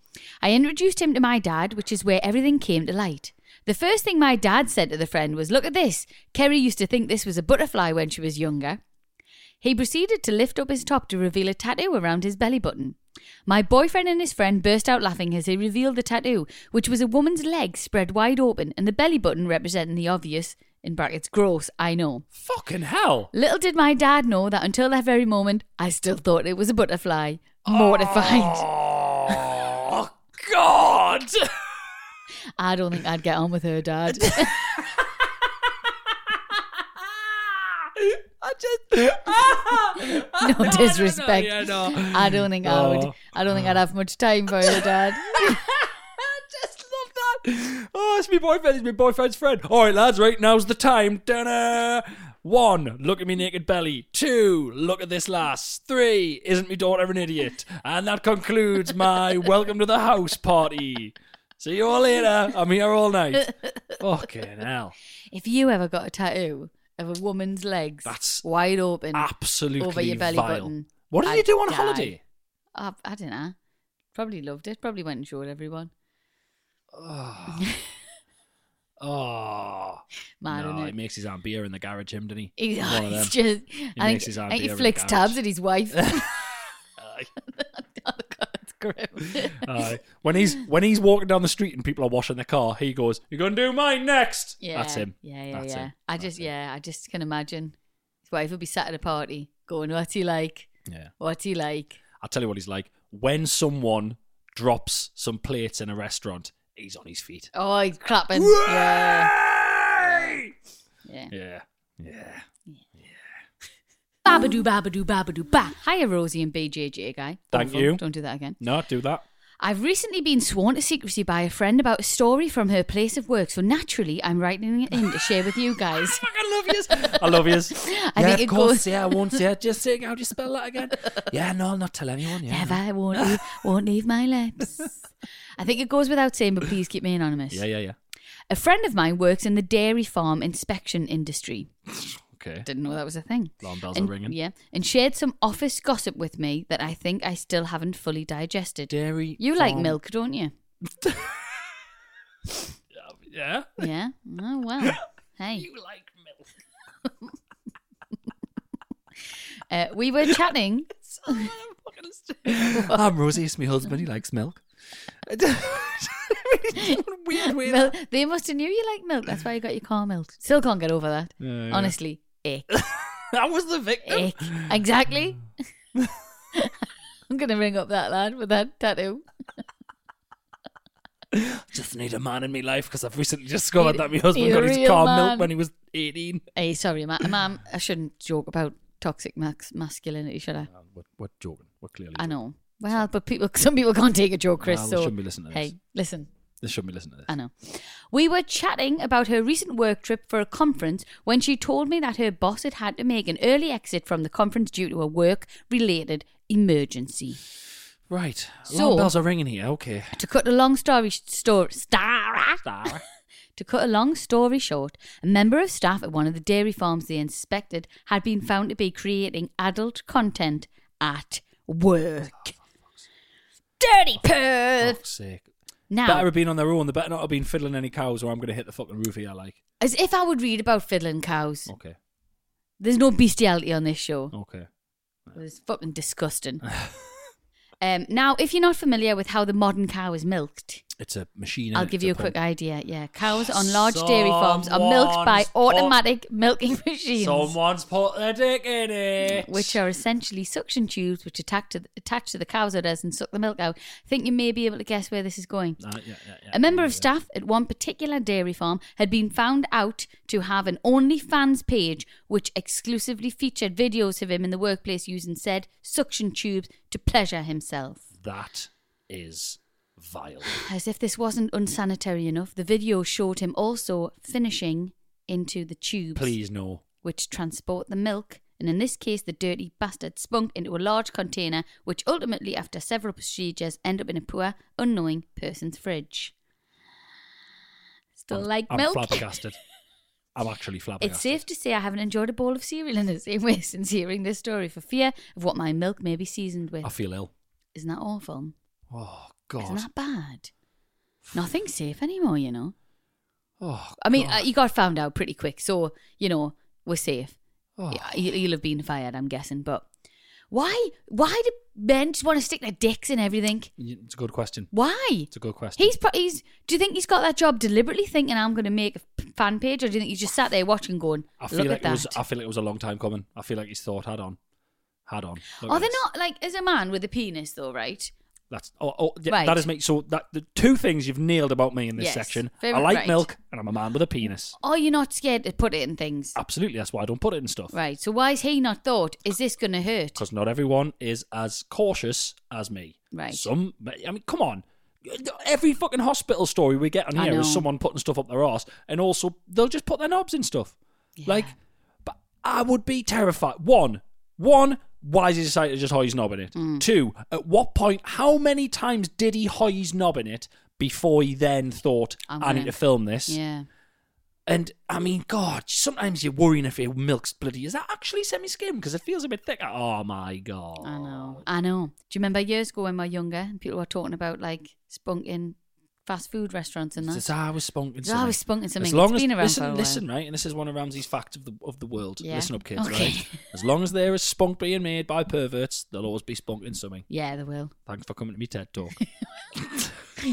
[SPEAKER 1] I introduced him to my dad, which is where everything came to light. The first thing my dad said to the friend was, Look at this. Kerry used to think this was a butterfly when she was younger. He proceeded to lift up his top to reveal a tattoo around his belly button. My boyfriend and his friend burst out laughing as he revealed the tattoo, which was a woman's leg spread wide open and the belly button representing the obvious, in brackets, gross, I know.
[SPEAKER 2] Fucking hell.
[SPEAKER 1] Little did my dad know that until that very moment, I still thought it was a butterfly. Mortified.
[SPEAKER 2] Oh,
[SPEAKER 1] [LAUGHS]
[SPEAKER 2] God.
[SPEAKER 1] I don't think I'd get on with her
[SPEAKER 2] [LAUGHS]
[SPEAKER 1] dad. [LAUGHS]
[SPEAKER 2] I
[SPEAKER 1] [LAUGHS]
[SPEAKER 2] [LAUGHS] just.
[SPEAKER 1] no disrespect.
[SPEAKER 2] yeah, no.
[SPEAKER 1] I don't think I would.
[SPEAKER 2] Oh.
[SPEAKER 1] I don't think I'd have much time for her
[SPEAKER 2] [LAUGHS]
[SPEAKER 1] dad.
[SPEAKER 2] just love that. Oh, it's my boyfriend. It's my boyfriend's friend. All right, lads. Right now's the time. Ta-da. One, look at me naked belly. Two, look at this lass. Three, isn't me daughter an idiot? And that
[SPEAKER 1] [LAUGHS]
[SPEAKER 2] concludes my welcome to the house party. See you all later. I'm here
[SPEAKER 1] [LAUGHS]
[SPEAKER 2] all night. Fucking hell.
[SPEAKER 1] if you ever got a tattoo of a woman's legs
[SPEAKER 2] That's
[SPEAKER 1] wide open,
[SPEAKER 2] Absolutely
[SPEAKER 1] over your belly
[SPEAKER 2] vile.
[SPEAKER 1] button,
[SPEAKER 2] What did
[SPEAKER 1] I'd
[SPEAKER 2] you do on
[SPEAKER 1] die.
[SPEAKER 2] holiday?
[SPEAKER 1] I, I don't know. Probably loved it. Probably went and showed everyone.
[SPEAKER 2] Oh,
[SPEAKER 1] Man,
[SPEAKER 2] no,
[SPEAKER 1] innit?
[SPEAKER 2] he makes his own beer in the garage, him, didn't he?
[SPEAKER 1] He's,
[SPEAKER 2] One of
[SPEAKER 1] [LAUGHS]
[SPEAKER 2] them.
[SPEAKER 1] he's just. I think,
[SPEAKER 2] makes his
[SPEAKER 1] I
[SPEAKER 2] own
[SPEAKER 1] think he
[SPEAKER 2] beer in the
[SPEAKER 1] flicks
[SPEAKER 2] garage.
[SPEAKER 1] tabs at his
[SPEAKER 2] [LAUGHS]
[SPEAKER 1] wife. [LAUGHS] That's
[SPEAKER 2] [LAUGHS]
[SPEAKER 1] grim.
[SPEAKER 2] Aye. Uh, when he's when he's walking down the street and people are washing their car, he goes, "You're gonna do mine next."
[SPEAKER 1] Yeah,
[SPEAKER 2] that's him.
[SPEAKER 1] Yeah, yeah,
[SPEAKER 2] That's
[SPEAKER 1] yeah.
[SPEAKER 2] him.
[SPEAKER 1] I
[SPEAKER 2] That's
[SPEAKER 1] just,
[SPEAKER 2] him.
[SPEAKER 1] yeah, I just can imagine his wife would be sat at a party going, "What's he like?
[SPEAKER 2] yeah.
[SPEAKER 1] What's he like?"
[SPEAKER 2] I'll tell you what he's like. When someone drops some plates in a restaurant, he's on his feet.
[SPEAKER 1] Oh, he's clapping. yeah,
[SPEAKER 2] Yeah, yeah.
[SPEAKER 1] Ba, Babadoo, babadoo, babadoo, ba. Hiya, Rosie and BJJ guy.
[SPEAKER 2] Thank
[SPEAKER 1] Awful.
[SPEAKER 2] you.
[SPEAKER 1] Don't do that again.
[SPEAKER 2] No, do that.
[SPEAKER 1] I've recently been sworn to secrecy by a friend about a story from her place of work, so naturally I'm writing it in to share with you guys.
[SPEAKER 2] I love yous. I love yous.
[SPEAKER 1] [LAUGHS] I think it goes.
[SPEAKER 2] Yeah, I won't. Yeah, just saying. How do you spell that again? Yeah, no, I'll not tell anyone. Yeah.
[SPEAKER 1] Never I won't leave, won't leave my lips. I think it goes without saying, but please keep me anonymous.
[SPEAKER 2] Yeah, yeah, yeah.
[SPEAKER 1] A friend of mine works in the dairy farm inspection industry.
[SPEAKER 2] Okay.
[SPEAKER 1] Didn't know that was a thing.
[SPEAKER 2] Alarm bells
[SPEAKER 1] and,
[SPEAKER 2] are ringing.
[SPEAKER 1] Yeah, and shared some office gossip with me that I think I still haven't fully digested.
[SPEAKER 2] Dairy.
[SPEAKER 1] you like
[SPEAKER 2] farm.
[SPEAKER 1] milk, don't you? [LAUGHS]
[SPEAKER 2] Yeah.
[SPEAKER 1] Yeah. Oh
[SPEAKER 2] [LAUGHS]
[SPEAKER 1] well. Hey. You like milk. [LAUGHS] uh, we were
[SPEAKER 2] [LAUGHS]
[SPEAKER 1] chatting.
[SPEAKER 2] I'm Rosie. It's my husband. He likes milk. [LAUGHS] weird, weird.
[SPEAKER 1] Mil- they must have knew you like milk. That's why you got your car milk. Still can't get over that.
[SPEAKER 2] Yeah, yeah. [LAUGHS]
[SPEAKER 1] Honestly, ick,
[SPEAKER 2] I was the victim.
[SPEAKER 1] ick.
[SPEAKER 2] [LAUGHS]
[SPEAKER 1] Exactly. I'm gonna ring up that lad with that tattoo.
[SPEAKER 2] Just need a man in my life because I've recently discovered
[SPEAKER 1] Need-
[SPEAKER 2] that my
[SPEAKER 1] need
[SPEAKER 2] husband
[SPEAKER 1] a
[SPEAKER 2] got his
[SPEAKER 1] real
[SPEAKER 2] car
[SPEAKER 1] man.
[SPEAKER 2] milk when he was 18.
[SPEAKER 1] Hey, sorry, ma- ma'am. I shouldn't joke about toxic max- masculinity, should I?
[SPEAKER 2] What, what joking? What clearly?
[SPEAKER 1] I know. Well, but people, [LAUGHS] some people can't take a joke, Chris.
[SPEAKER 2] Well, they
[SPEAKER 1] so
[SPEAKER 2] shouldn't be listening to
[SPEAKER 1] hey,
[SPEAKER 2] this.
[SPEAKER 1] listen.
[SPEAKER 2] They shouldn't be listening to this.
[SPEAKER 1] I know. We were chatting about her recent work trip for a conference when she told me that her boss had had to make an early exit from the conference due to a work related emergency.
[SPEAKER 2] Right.
[SPEAKER 1] So-
[SPEAKER 2] Alarm bells are ringing here. Okay.
[SPEAKER 1] To cut a long story story star,
[SPEAKER 2] Star.
[SPEAKER 1] [LAUGHS] to cut a long story short, a member of staff at one of the dairy farms they inspected had been found to be creating adult content at
[SPEAKER 2] Oh,
[SPEAKER 1] work. Dirty perv.
[SPEAKER 2] Fuck's sake. Oh, Better
[SPEAKER 1] uh, Now,
[SPEAKER 2] have been on their own. They better not have been fiddling any cows, or I'm going to hit the fucking roof here. Like,
[SPEAKER 1] as if I would read about fiddling cows.
[SPEAKER 2] okay,
[SPEAKER 1] There's no bestiality on this show.
[SPEAKER 2] okay.
[SPEAKER 1] It was fucking disgusting. um, now, if you're not familiar with how the modern cow is milked,
[SPEAKER 2] It's a machine.
[SPEAKER 1] I'll
[SPEAKER 2] innit?
[SPEAKER 1] give
[SPEAKER 2] It's
[SPEAKER 1] you a
[SPEAKER 2] pump.
[SPEAKER 1] quick idea. Yeah, cows on large dairy farms are milked by
[SPEAKER 2] Someone's put-
[SPEAKER 1] automatic milking [LAUGHS] machines,
[SPEAKER 2] Someone's put their dick in it.
[SPEAKER 1] which are essentially suction tubes which attach to attach to the cow's udders and suck the milk out. I think you may be able to guess where this is going.
[SPEAKER 2] Uh, yeah, yeah, yeah.
[SPEAKER 1] A member of staff at one particular dairy farm had been found out to have an OnlyFans page which exclusively featured videos of him in the workplace using said suction tubes to pleasure himself.
[SPEAKER 2] That is vile.
[SPEAKER 1] As if this wasn't unsanitary enough, the video showed him also finishing into the tubes
[SPEAKER 2] Please no.
[SPEAKER 1] which transport the milk, and in this case, the dirty bastard spunk into a large container, which ultimately, after several procedures, end up in a poor, unknowing person's fridge. Still
[SPEAKER 2] I'm-
[SPEAKER 1] like
[SPEAKER 2] I'm
[SPEAKER 1] milk.
[SPEAKER 2] flabbergasted. I'm actually flabbergasted.
[SPEAKER 1] It's safe to say I haven't enjoyed a bowl of cereal in the same way [LAUGHS] since hearing this story for fear of what my milk may be seasoned with.
[SPEAKER 2] I feel ill.
[SPEAKER 1] Isn't that awful?
[SPEAKER 2] Oh God.
[SPEAKER 1] Isn't that bad? Nothing's safe anymore, you know.
[SPEAKER 2] Oh.
[SPEAKER 1] I mean,
[SPEAKER 2] God.
[SPEAKER 1] uh, you got found out pretty quick, so you know we're safe.
[SPEAKER 2] Oh.
[SPEAKER 1] Yeah, you- You'll have been fired, I'm guessing. But why? Why do men just want to stick their dicks in everything?
[SPEAKER 2] Y- It's a good question.
[SPEAKER 1] Why?
[SPEAKER 2] It's a good question.
[SPEAKER 1] He's pro- he's. Do you think he's got that job deliberately, thinking I'm going to make a f- fan page, or do you think he's just sat there watching, going,
[SPEAKER 2] I feel
[SPEAKER 1] "Look
[SPEAKER 2] like
[SPEAKER 1] at that"?
[SPEAKER 2] it was. I feel like it was a long time coming. I feel like his thought had on, had on. Look
[SPEAKER 1] Are
[SPEAKER 2] at
[SPEAKER 1] they
[SPEAKER 2] this.
[SPEAKER 1] not like as a man with a penis though? Right?
[SPEAKER 2] That's oh, oh yeah,
[SPEAKER 1] Right.
[SPEAKER 2] that is me. So that the two things you've nailed about me in this
[SPEAKER 1] Yes.
[SPEAKER 2] section.
[SPEAKER 1] Very
[SPEAKER 2] I like
[SPEAKER 1] right.
[SPEAKER 2] milk, and I'm a man with a penis.
[SPEAKER 1] Are you not scared to put it in things?
[SPEAKER 2] Absolutely, that's why I don't put it in stuff.
[SPEAKER 1] Right. So why is he not thought? Is this going to hurt?
[SPEAKER 2] Because not everyone is as cautious as me.
[SPEAKER 1] Right.
[SPEAKER 2] Some, I mean, come on. Every fucking hospital story we get on
[SPEAKER 1] I
[SPEAKER 2] here
[SPEAKER 1] know.
[SPEAKER 2] is someone putting stuff up their arse, and also they'll just put their knobs in stuff. Like, but I would be terrified. One, one, why is he decided to just hide his knob in it?
[SPEAKER 1] Mm.
[SPEAKER 2] Two, at what point, how many times did he hide his knob in it before he then thought,
[SPEAKER 1] I'm
[SPEAKER 2] I
[SPEAKER 1] gonna-
[SPEAKER 2] need to film this?
[SPEAKER 1] Yeah.
[SPEAKER 2] And I mean, God, sometimes you're worrying if your milk's bloody. Is that actually semi skim? Because it feels a bit thicker. Oh my God.
[SPEAKER 1] I know. I know. Do you remember years ago when we were younger and people were talking about like spunk in fast food restaurants and that?
[SPEAKER 2] It's always spunking
[SPEAKER 1] It's
[SPEAKER 2] something.
[SPEAKER 1] always spunking something.
[SPEAKER 2] As long
[SPEAKER 1] It's
[SPEAKER 2] as,
[SPEAKER 1] been around
[SPEAKER 2] listen,
[SPEAKER 1] for a while.
[SPEAKER 2] listen, right? And this is one of Ramsey's facts of the, of the world.
[SPEAKER 1] Yeah.
[SPEAKER 2] Listen up, kids,
[SPEAKER 1] Okay.
[SPEAKER 2] right? As long as there is spunk being made by perverts, there'll always be spunk in something.
[SPEAKER 1] Yeah, they will.
[SPEAKER 2] Thanks for coming to me
[SPEAKER 1] [LAUGHS]
[SPEAKER 2] TED Talk.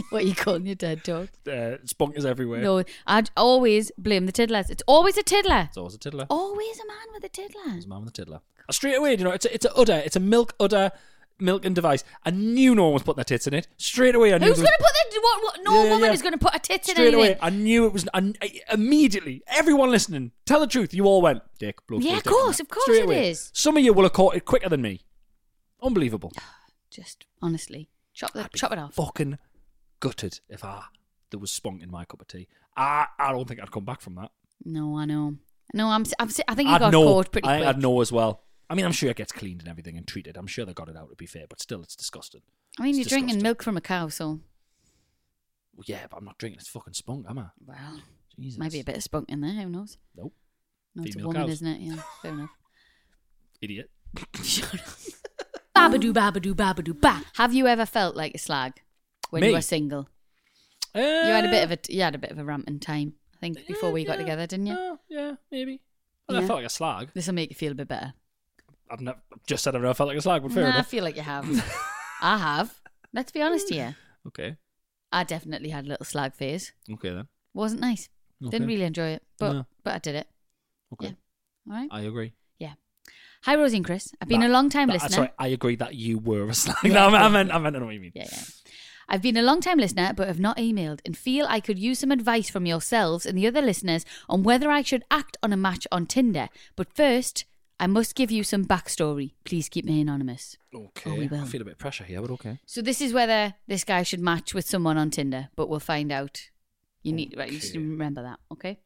[SPEAKER 1] what are you calling your dead dog?
[SPEAKER 2] uh, spunk is everywhere.
[SPEAKER 1] No, I'd always blame the tiddlers. It's always a tiddler.
[SPEAKER 2] It's always a
[SPEAKER 1] Oh.
[SPEAKER 2] tiddler.
[SPEAKER 1] Always a man with a tiddler.
[SPEAKER 2] It's a man with a tiddler. Uh, Straight away, you know, it's a, it's a udder. It's a milk udder milking device. I knew no one was putting their tits in it straight away. I knew
[SPEAKER 1] Who's
[SPEAKER 2] there
[SPEAKER 1] going
[SPEAKER 2] was-
[SPEAKER 1] to put that? What, what, no
[SPEAKER 2] Yeah, yeah,
[SPEAKER 1] woman
[SPEAKER 2] yeah.
[SPEAKER 1] is going to put a tit in
[SPEAKER 2] Straight
[SPEAKER 1] anything.
[SPEAKER 2] away, I knew it was I, I- immediately. Everyone listening, tell the truth. You all went dick. Blow,
[SPEAKER 1] Yeah,
[SPEAKER 2] blow,
[SPEAKER 1] of
[SPEAKER 2] dick in
[SPEAKER 1] course,
[SPEAKER 2] that."
[SPEAKER 1] of course
[SPEAKER 2] Straight
[SPEAKER 1] it
[SPEAKER 2] away.
[SPEAKER 1] is.
[SPEAKER 2] Some of you will have caught it quicker than me. Unbelievable.
[SPEAKER 1] Just honestly, chop the, [GASPS] chop it off.
[SPEAKER 2] Fucking gutted if I there was spunk in my cup of tea. I I don't think I'd come back from that.
[SPEAKER 1] No, I know. No, I'm. s- I'm s- I think he
[SPEAKER 2] I'd
[SPEAKER 1] got
[SPEAKER 2] know.
[SPEAKER 1] caught pretty
[SPEAKER 2] I
[SPEAKER 1] quick.
[SPEAKER 2] think I'd know as well. I mean, I'm sure it gets cleaned and everything and treated. I'm sure they got it out. To be fair, but still, it's disgusting.
[SPEAKER 1] I mean,
[SPEAKER 2] It's
[SPEAKER 1] you're drinking
[SPEAKER 2] disgusting.
[SPEAKER 1] milk from a cow, so
[SPEAKER 2] Well, yeah, but I'm not drinking its fucking spunk, am I?
[SPEAKER 1] well,
[SPEAKER 2] Jesus.
[SPEAKER 1] maybe a bit of spunk in there. Who knows?
[SPEAKER 2] Nope.
[SPEAKER 1] No, it's a
[SPEAKER 2] Female
[SPEAKER 1] woman,
[SPEAKER 2] cows.
[SPEAKER 1] isn't it? Yeah, fair enough.
[SPEAKER 2] Idiot.
[SPEAKER 1] Babadoo, babadoo, babadoo, ba. Have you ever felt like a slag when
[SPEAKER 2] Me?
[SPEAKER 1] you were single? You had a bit of a you had a bit of a rampant time, I think, before we got together, didn't you?
[SPEAKER 2] Yeah, Oh, yeah, maybe. Well, I
[SPEAKER 1] Yeah.
[SPEAKER 2] felt like a slag.
[SPEAKER 1] This will make you feel a bit better.
[SPEAKER 2] I've never I've just said I've never felt like a slag, but fair
[SPEAKER 1] Nah, I
[SPEAKER 2] enough.
[SPEAKER 1] feel like you
[SPEAKER 2] [LAUGHS]
[SPEAKER 1] have. I have. Let's be honest here.
[SPEAKER 2] Okay,
[SPEAKER 1] I definitely had a little slag phase.
[SPEAKER 2] okay then.
[SPEAKER 1] Wasn't nice. Didn't
[SPEAKER 2] Okay.
[SPEAKER 1] really enjoy it, but
[SPEAKER 2] No.
[SPEAKER 1] but I did it.
[SPEAKER 2] Okay,
[SPEAKER 1] All right.
[SPEAKER 2] I agree.
[SPEAKER 1] Hi, Rosie and Chris. I've been
[SPEAKER 2] That-
[SPEAKER 1] a long time
[SPEAKER 2] that-
[SPEAKER 1] listener.
[SPEAKER 2] Sorry, I agree that you were a slag. [LAUGHS] no, I meant, I meant, I know what you mean.
[SPEAKER 1] Yeah, yeah. I've been a long time listener, but have not emailed, and feel I could use some advice from yourselves and the other listeners on whether I should act on a match on Tinder. But first, I must give you some backstory. Please keep me anonymous.
[SPEAKER 2] Okay,
[SPEAKER 1] Oh, we will.
[SPEAKER 2] I feel a bit of pressure here, but okay.
[SPEAKER 1] So this is whether this guy should match with someone on Tinder, but we'll find out. You need right, you just
[SPEAKER 2] Okay.
[SPEAKER 1] remember that, okay?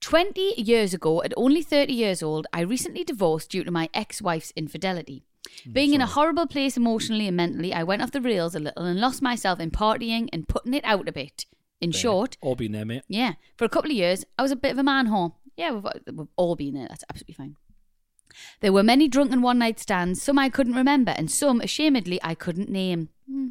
[SPEAKER 1] 20 years ago, at only 30 years old, I recently divorced due to my ex-wife's infidelity.
[SPEAKER 2] Hmm,
[SPEAKER 1] Being in a horrible place emotionally and mentally, I went off the rails a little and lost myself in partying and putting it out a bit. In
[SPEAKER 2] Fair.
[SPEAKER 1] short,
[SPEAKER 2] all been there, mate.
[SPEAKER 1] yeah. For a couple of years, I was a bit of a man whore. Yeah, we've, we've all been there. That's absolutely fine. There were many drunken one night stands, some I couldn't remember, and some, ashamedly, I couldn't name. Hmm.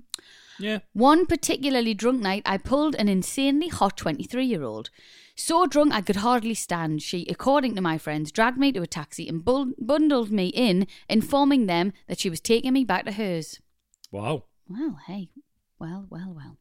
[SPEAKER 2] Yeah.
[SPEAKER 1] One particularly drunk night, I pulled an insanely hot 23 year old. So drunk I could hardly stand, she, according to my friends, dragged me to a taxi and bul- bundled me in, informing them that she was taking me back to hers.
[SPEAKER 2] Wow.
[SPEAKER 1] Well, hey, well, well, well.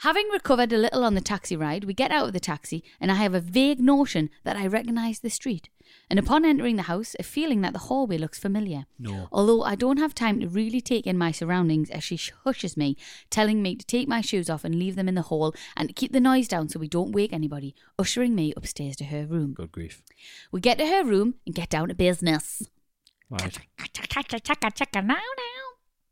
[SPEAKER 1] Having recovered a little on the taxi ride, we get out of the taxi, and I have a vague notion that I recognise the street. And upon entering the house, a feeling that the hallway looks familiar.
[SPEAKER 2] No.
[SPEAKER 1] Although I don't have time to really take in my surroundings as she hushes me, telling me to take my shoes off and leave them in the hall and to keep the noise down so we don't wake anybody, ushering me upstairs to her room.
[SPEAKER 2] Good grief.
[SPEAKER 1] We get to her room and get down to business.
[SPEAKER 2] Right.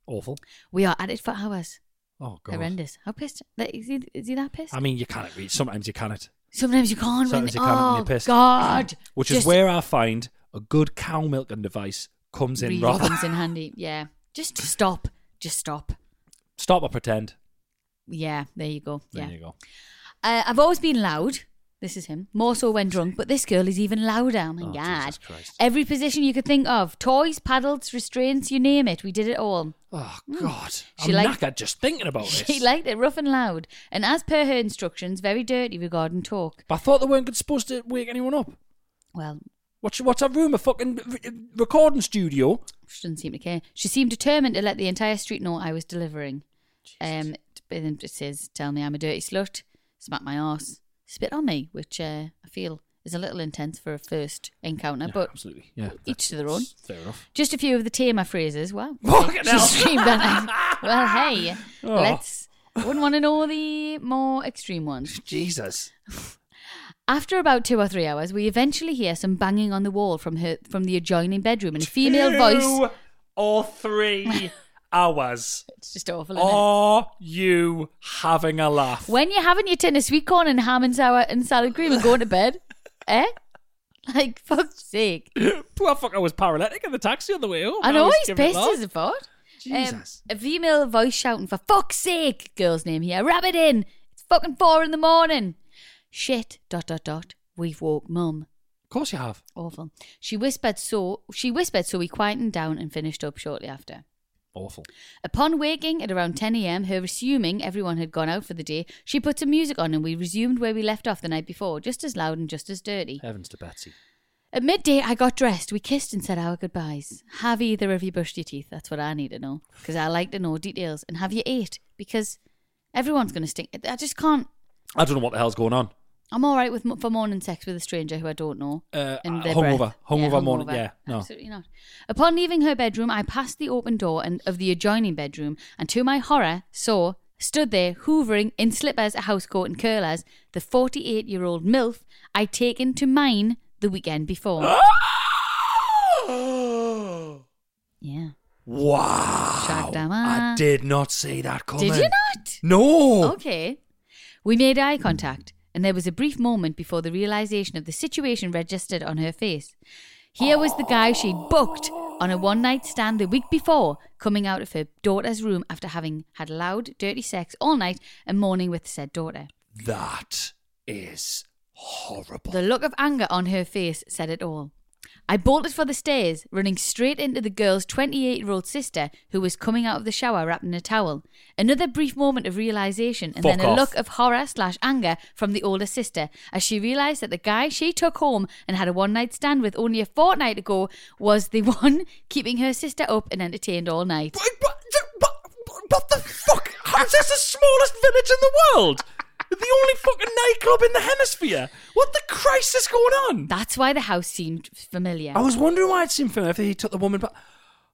[SPEAKER 2] Awful.
[SPEAKER 1] We are at it for hours.
[SPEAKER 2] Oh god.
[SPEAKER 1] Horrendous. How pissed? Is he, is he that pissed?
[SPEAKER 2] I mean, you can't. Read. Sometimes you can't.
[SPEAKER 1] Sometimes you can't.
[SPEAKER 2] Sometimes you
[SPEAKER 1] when,
[SPEAKER 2] can't
[SPEAKER 1] oh,
[SPEAKER 2] when you're pissed.
[SPEAKER 1] God.
[SPEAKER 2] Which is
[SPEAKER 1] Just
[SPEAKER 2] where I find a good cow milking device comes in
[SPEAKER 1] really
[SPEAKER 2] rather.
[SPEAKER 1] comes in handy. Yeah. Just stop. Just stop.
[SPEAKER 2] Stop or pretend.
[SPEAKER 1] Yeah. There you go.
[SPEAKER 2] There
[SPEAKER 1] yeah.
[SPEAKER 2] you go.
[SPEAKER 1] Uh, I've always been loud. This is him. More so when drunk, but this girl is even louder. Oh my
[SPEAKER 2] Oh,
[SPEAKER 1] God.
[SPEAKER 2] Jesus Christ.
[SPEAKER 1] Every position you could think of toys, paddles, restraints, you name it. We did it all.
[SPEAKER 2] Oh God,
[SPEAKER 1] Hmm. She
[SPEAKER 2] I'm
[SPEAKER 1] liked-
[SPEAKER 2] knackered just thinking about this.
[SPEAKER 1] [LAUGHS] She liked it rough and loud. And as per her instructions, very dirty regarding talk.
[SPEAKER 2] but I thought they weren't good- supposed to wake anyone up.
[SPEAKER 1] Well,
[SPEAKER 2] What's what's a room? A fucking r- recording studio.
[SPEAKER 1] She doesn't seem to care. She seemed determined to let the entire street know I was delivering. Um, but then it says, "Tell me I'm a dirty slut, smack my ass, spit on me," which uh, I feel is a little intense for a first encounter.
[SPEAKER 2] Yeah,
[SPEAKER 1] but
[SPEAKER 2] absolutely, yeah.
[SPEAKER 1] each to their own.
[SPEAKER 2] Fair enough.
[SPEAKER 1] Just a few of the tamer phrases. Wow,
[SPEAKER 2] [LAUGHS] Fucking
[SPEAKER 1] she
[SPEAKER 2] hell.
[SPEAKER 1] screamed that night. Well, hey,
[SPEAKER 2] [LAUGHS] Oh.
[SPEAKER 1] let's. I wouldn't want to know the more extreme ones.
[SPEAKER 2] Jesus.
[SPEAKER 1] After about two or three hours, we eventually hear some banging on the wall from her from the adjoining bedroom, and a female voice.
[SPEAKER 2] Two
[SPEAKER 1] [LAUGHS]
[SPEAKER 2] or three hours.
[SPEAKER 1] It's just awful. Isn't it?
[SPEAKER 2] Are you having a laugh?
[SPEAKER 1] When you're having your tin of sweet corn and ham and sour and salad cream and going to
[SPEAKER 2] [LAUGHS]
[SPEAKER 1] bed, eh? Like, fuck's sake.
[SPEAKER 2] Poor fuck, I was paralytic in the taxi on the way home.
[SPEAKER 1] I know
[SPEAKER 2] was
[SPEAKER 1] he's
[SPEAKER 2] giving it
[SPEAKER 1] pissed
[SPEAKER 2] laugh.
[SPEAKER 1] as a fart.
[SPEAKER 2] Jesus.
[SPEAKER 1] Um, a female voice shouting, for fuck's sake, girl's name here, Rub it in. It's fucking four in the morning. Shit, dot, dot, dot. We've woke mum.
[SPEAKER 2] Of course you have.
[SPEAKER 1] Awful. She whispered so, she whispered so we quietened down and finished up shortly after.
[SPEAKER 2] Awful.
[SPEAKER 1] Upon waking at around 10 a.m., her assuming everyone had gone out for the day, she put some music on and we resumed where we left off the night before, just as loud and just as dirty.
[SPEAKER 2] Heavens to Betsy.
[SPEAKER 1] At midday, I got dressed. We kissed and said our goodbyes. Have either of you brushed your teeth? That's what I need to know because I like to know details. And have you ate? Because everyone's going to stink. I just can't.
[SPEAKER 2] I don't know what the hell's going on.
[SPEAKER 1] I'm all right with mo- for morning sex with a stranger who I don't know.
[SPEAKER 2] Uh,
[SPEAKER 1] and
[SPEAKER 2] uh,
[SPEAKER 1] their
[SPEAKER 2] hungover.
[SPEAKER 1] breath.
[SPEAKER 2] Hungover morning- yeah, no.
[SPEAKER 1] absolutely not. Upon leaving her bedroom, I passed the open door and of the adjoining bedroom, and to my horror, saw stood there hoovering in slippers, a housecoat, and curlers, the 48-year-old milf I'd taken to mine the weekend
[SPEAKER 2] [GASPS]
[SPEAKER 1] before. [LAUGHS] yeah,
[SPEAKER 2] Wow. I
[SPEAKER 1] Shakdama.
[SPEAKER 2] did not see that coming.
[SPEAKER 1] did you not?
[SPEAKER 2] No.
[SPEAKER 1] Okay. We made eye contact, and there was a brief moment before the realization of the situation registered on her face. Here was the guy she'd booked on a one night stand the week before, coming out of her daughter's room after having had loud, dirty sex all night and morning with said daughter.
[SPEAKER 2] That is horrible.
[SPEAKER 1] The look of anger on her face said it all. I bolted for the stairs, running straight into the girl's 28 year old sister who was coming out of the shower wrapped in a towel. Another brief moment of realization and
[SPEAKER 2] Fuck
[SPEAKER 1] then a
[SPEAKER 2] off.
[SPEAKER 1] look of horror slash anger from the older sister as she realized that the guy she took home and had a one night stand with only a fortnight ago was the [LAUGHS] one keeping her sister up and entertained all night.
[SPEAKER 2] What, what, what, what the fuck? How's this the smallest village in the world? The only fucking nightclub in the hemisphere. What the Christ is going on?
[SPEAKER 1] That's why the house seemed familiar.
[SPEAKER 2] I was wondering why it seemed familiar if he took the woman back.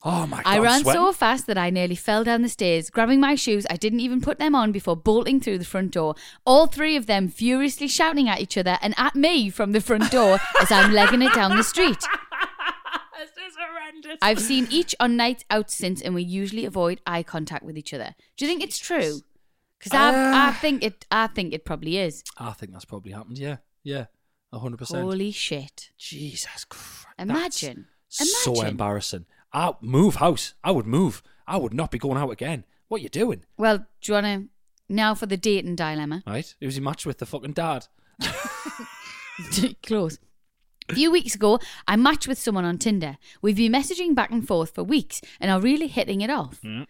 [SPEAKER 2] Oh my god.
[SPEAKER 1] I ran
[SPEAKER 2] I'm sweating.
[SPEAKER 1] so fast that I nearly fell down the stairs. Grabbing my shoes, I didn't even put them on before bolting through the front door. All three of them furiously shouting at each other and at me from the front door as I'm legging it down the street. I've seen each on nights out since, and we usually avoid eye contact with each other. Do you think it's true? Because I, I think it. I think it probably is.
[SPEAKER 2] I think that's probably happened. Yeah. Yeah. 100%.
[SPEAKER 1] Holy shit!
[SPEAKER 2] Jesus Christ.
[SPEAKER 1] Imagine.
[SPEAKER 2] That's So
[SPEAKER 1] Imagine.
[SPEAKER 2] embarrassing. I move house. I would move. I would not be going out again. What you doing?
[SPEAKER 1] Well, do you want to now for the dating dilemma?
[SPEAKER 2] Right? Who's he matched with? The
[SPEAKER 1] [LAUGHS]
[SPEAKER 2] fucking dad.
[SPEAKER 1] Close. A few weeks ago, I matched with someone on Tinder. We've been messaging back and forth for weeks and are really hitting it off.
[SPEAKER 2] Mm.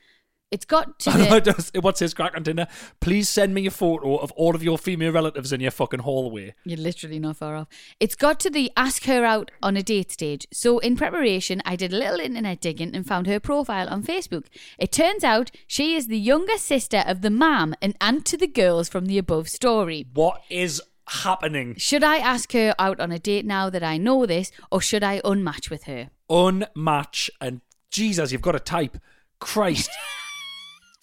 [SPEAKER 1] It's got
[SPEAKER 2] [LAUGHS]
[SPEAKER 1] to the,
[SPEAKER 2] What's his crack on Tinder? Please send me a photo of all of your female relatives in your fucking hallway.
[SPEAKER 1] You're literally not far off. It's got to the ask her out on a date stage. So, in preparation, I did a little internet digging and found her profile on Facebook. It turns out she is the younger sister of the mom and aunt to the girls from the above story.
[SPEAKER 2] What is happening?
[SPEAKER 1] Should I ask her out on a date now that I know this, or should I unmatch with her?
[SPEAKER 2] Unmatch and Jesus, you've got to type.
[SPEAKER 1] [LAUGHS]
[SPEAKER 2] Christ.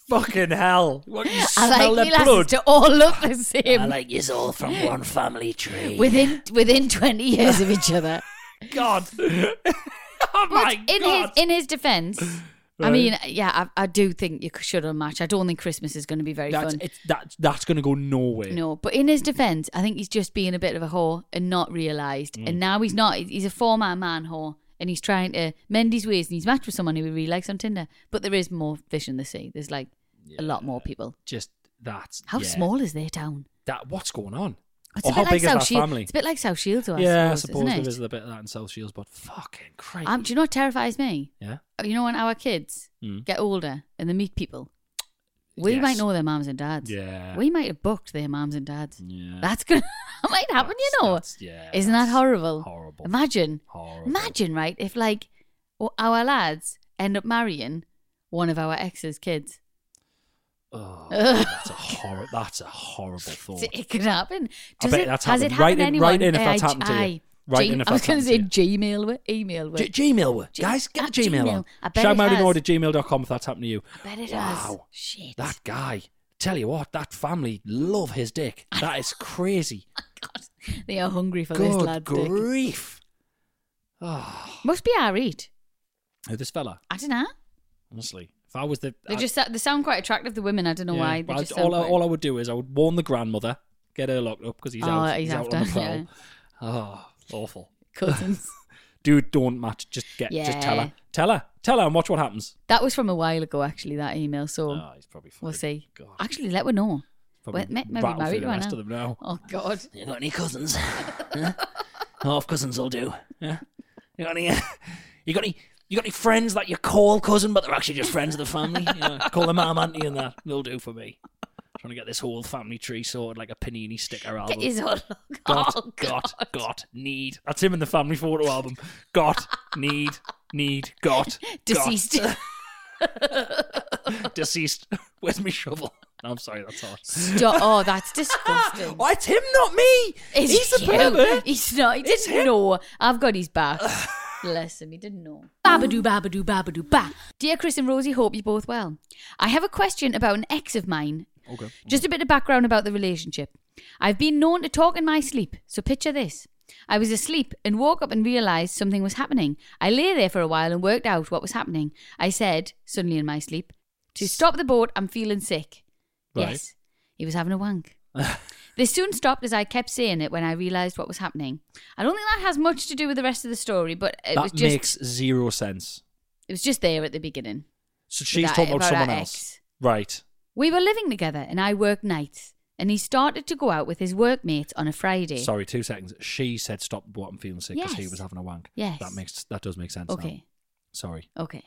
[SPEAKER 2] fucking hell. What, you
[SPEAKER 1] I
[SPEAKER 2] smell
[SPEAKER 1] like me
[SPEAKER 2] their
[SPEAKER 1] lasses
[SPEAKER 2] blood.
[SPEAKER 1] to all look
[SPEAKER 2] [LAUGHS]
[SPEAKER 1] the same.
[SPEAKER 2] like yous all from one family tree.
[SPEAKER 1] within within 20 years of each other.
[SPEAKER 2] God. oh [LAUGHS] my
[SPEAKER 1] in
[SPEAKER 2] God.
[SPEAKER 1] his in his defense, I
[SPEAKER 2] Right.
[SPEAKER 1] mean, yeah, I, I do think you should unmatch. I don't think Christmas is going to be very
[SPEAKER 2] that's,
[SPEAKER 1] fun.
[SPEAKER 2] it's, that, that's going to go nowhere.
[SPEAKER 1] No, but in his defense, I think he's just being a bit of a whore and not realised.
[SPEAKER 2] Mm.
[SPEAKER 1] And now he's not. He's he's a former man whore. And he's trying to mend his ways, and he's matched with someone who he really likes on Tinder. But there is more fish in the sea. There's like a lot more people.
[SPEAKER 2] Just that's
[SPEAKER 1] How
[SPEAKER 2] yeah.
[SPEAKER 1] small is their town?
[SPEAKER 2] That what's going on?
[SPEAKER 1] It's
[SPEAKER 2] Or
[SPEAKER 1] a
[SPEAKER 2] how
[SPEAKER 1] bit like
[SPEAKER 2] big is
[SPEAKER 1] South
[SPEAKER 2] that
[SPEAKER 1] Shield-
[SPEAKER 2] family?
[SPEAKER 1] It's a bit like South Shields, though. I suppose,
[SPEAKER 2] yeah, I suppose
[SPEAKER 1] isn't
[SPEAKER 2] there
[SPEAKER 1] it?
[SPEAKER 2] is a bit of that in South Shields, but fucking crazy.
[SPEAKER 1] Um, do you know what terrifies me?
[SPEAKER 2] yeah.
[SPEAKER 1] Oh, You know, when our kids
[SPEAKER 2] Mm.
[SPEAKER 1] get older and they meet people, we
[SPEAKER 2] Yes.
[SPEAKER 1] might know their mums and dads.
[SPEAKER 2] Yeah.
[SPEAKER 1] We might have booked their mums and dads.
[SPEAKER 2] Yeah.
[SPEAKER 1] That's gonna [LAUGHS] that might happen, you
[SPEAKER 2] That's-
[SPEAKER 1] know.
[SPEAKER 2] that's- yeah,
[SPEAKER 1] Isn't that
[SPEAKER 2] that's
[SPEAKER 1] horrible?
[SPEAKER 2] horrible.
[SPEAKER 1] Imagine.
[SPEAKER 2] Horrible.
[SPEAKER 1] Imagine, right? If like o- our lads end up marrying one of our ex's kids.
[SPEAKER 2] Oh, that's a horrible. That's a horrible thought.
[SPEAKER 1] It could happen.
[SPEAKER 2] Oh. I
[SPEAKER 1] Does
[SPEAKER 2] bet
[SPEAKER 1] it,
[SPEAKER 2] that's
[SPEAKER 1] has
[SPEAKER 2] happened.
[SPEAKER 1] it
[SPEAKER 2] Write
[SPEAKER 1] happened
[SPEAKER 2] in-
[SPEAKER 1] anyone?
[SPEAKER 2] write in if
[SPEAKER 1] Uh,
[SPEAKER 2] that's
[SPEAKER 1] G-
[SPEAKER 2] happened to you.
[SPEAKER 1] aye.
[SPEAKER 2] Write
[SPEAKER 1] G-
[SPEAKER 2] in if
[SPEAKER 1] I was
[SPEAKER 2] that's
[SPEAKER 1] gonna
[SPEAKER 2] happened
[SPEAKER 1] say Gmail, with- email. with-
[SPEAKER 2] G- Gmail. were-
[SPEAKER 1] G-
[SPEAKER 2] Guys, get
[SPEAKER 1] Ah,
[SPEAKER 2] the Gmail,
[SPEAKER 1] Gmail.
[SPEAKER 2] on.
[SPEAKER 1] I bet it
[SPEAKER 2] Shagmarinoid
[SPEAKER 1] has.
[SPEAKER 2] at gmail.com if that's happened to you.
[SPEAKER 1] bet it has.
[SPEAKER 2] wow.
[SPEAKER 1] Shit.
[SPEAKER 2] That guy. Tell you what, that family love his dick. That
[SPEAKER 1] [LAUGHS]
[SPEAKER 2] is crazy.
[SPEAKER 1] God, they are hungry for this
[SPEAKER 2] Good
[SPEAKER 1] lad. dick.
[SPEAKER 2] grief. Ah,
[SPEAKER 1] Must be our eat.
[SPEAKER 2] Who this fella,
[SPEAKER 1] I don't know.
[SPEAKER 2] honestly. If I was the.
[SPEAKER 1] They
[SPEAKER 2] I-
[SPEAKER 1] just sa- they sound quite attractive. The women, I don't know
[SPEAKER 2] Yeah,
[SPEAKER 1] why. They
[SPEAKER 2] but I'd-
[SPEAKER 1] just sound
[SPEAKER 2] all, I,
[SPEAKER 1] quite-
[SPEAKER 2] all I would do is I would warn the grandmother, get her locked up because he's
[SPEAKER 1] Oh,
[SPEAKER 2] out.
[SPEAKER 1] he's
[SPEAKER 2] He's, out
[SPEAKER 1] after,
[SPEAKER 2] on the prowl.
[SPEAKER 1] yeah.
[SPEAKER 2] Oh, awful. [LAUGHS]
[SPEAKER 1] cousins.
[SPEAKER 2] Dude, don't match. Just get. Just tell
[SPEAKER 1] Yeah.
[SPEAKER 2] her. Tell her. Tell her and watch what happens.
[SPEAKER 1] that was from a while ago, actually. That email. So
[SPEAKER 2] Oh, he's probably.
[SPEAKER 1] we'll
[SPEAKER 2] fucking-
[SPEAKER 1] see.
[SPEAKER 2] God,
[SPEAKER 1] Actually, let her know.
[SPEAKER 2] probably
[SPEAKER 1] Well, may- maybe
[SPEAKER 2] rattled
[SPEAKER 1] married
[SPEAKER 2] through the
[SPEAKER 1] by
[SPEAKER 2] rest
[SPEAKER 1] now.
[SPEAKER 2] of them now.
[SPEAKER 1] Oh God.
[SPEAKER 2] [LAUGHS] You got any cousins? Half cousins will do. Yeah. You got any? Uh, you got any? You got any friends that you call cousin, but they're actually just friends of the family? You know, [LAUGHS] call them mum, auntie, and that they'll do for me. Trying to get this whole family tree sorted like a panini sticker album.
[SPEAKER 1] Get his own. [LAUGHS]
[SPEAKER 2] got,
[SPEAKER 1] oh, God.
[SPEAKER 2] got, got, need. That's him in the family photo album. Got, need, need,
[SPEAKER 1] [LAUGHS]
[SPEAKER 2] got, [LAUGHS]
[SPEAKER 1] Deceased.
[SPEAKER 2] got, deceased. [LAUGHS] Where's my shovel? I'm sorry, that's hard.
[SPEAKER 1] Stop. Oh,
[SPEAKER 2] [LAUGHS]
[SPEAKER 1] that's disgusting.
[SPEAKER 2] Oh, it's him, not me.
[SPEAKER 1] It's
[SPEAKER 2] He's the
[SPEAKER 1] cute.
[SPEAKER 2] pervert.
[SPEAKER 1] He's not. He
[SPEAKER 2] It's
[SPEAKER 1] didn't
[SPEAKER 2] him.
[SPEAKER 1] know. I've got his back. Bless him. He didn't know. Babadoo, babadoo, babadoo, ba. Dear Chris and Rosie, hope you're both well. I have a question about an ex of mine.
[SPEAKER 2] Okay.
[SPEAKER 1] Just a bit of background about the relationship. I've been known to talk in my sleep, so picture this. I was asleep and woke up and realised something was happening. I lay there for a while and worked out what was happening. I said, suddenly in my sleep, to stop the boat, I'm feeling sick.
[SPEAKER 2] Right.
[SPEAKER 1] Yes, he was having a wank. They soon stopped as I kept saying it when I realised what was happening. I don't think that has much to do with the rest of the story, but it was
[SPEAKER 2] that
[SPEAKER 1] just
[SPEAKER 2] makes zero sense.
[SPEAKER 1] it was just there at the beginning.
[SPEAKER 2] So she's
[SPEAKER 1] About-
[SPEAKER 2] talking about,
[SPEAKER 1] about
[SPEAKER 2] someone
[SPEAKER 1] our
[SPEAKER 2] else,
[SPEAKER 1] ex.
[SPEAKER 2] right?
[SPEAKER 1] We were living together and I worked nights, and he started to go out with his workmates on a Friday.
[SPEAKER 2] Sorry, two seconds. She said, "Stop what I'm feeling sick," because he
[SPEAKER 1] Yes.
[SPEAKER 2] was having a wank.
[SPEAKER 1] Yes.
[SPEAKER 2] that makes that does make sense. now.
[SPEAKER 1] Okay.
[SPEAKER 2] Sorry.
[SPEAKER 1] Okay.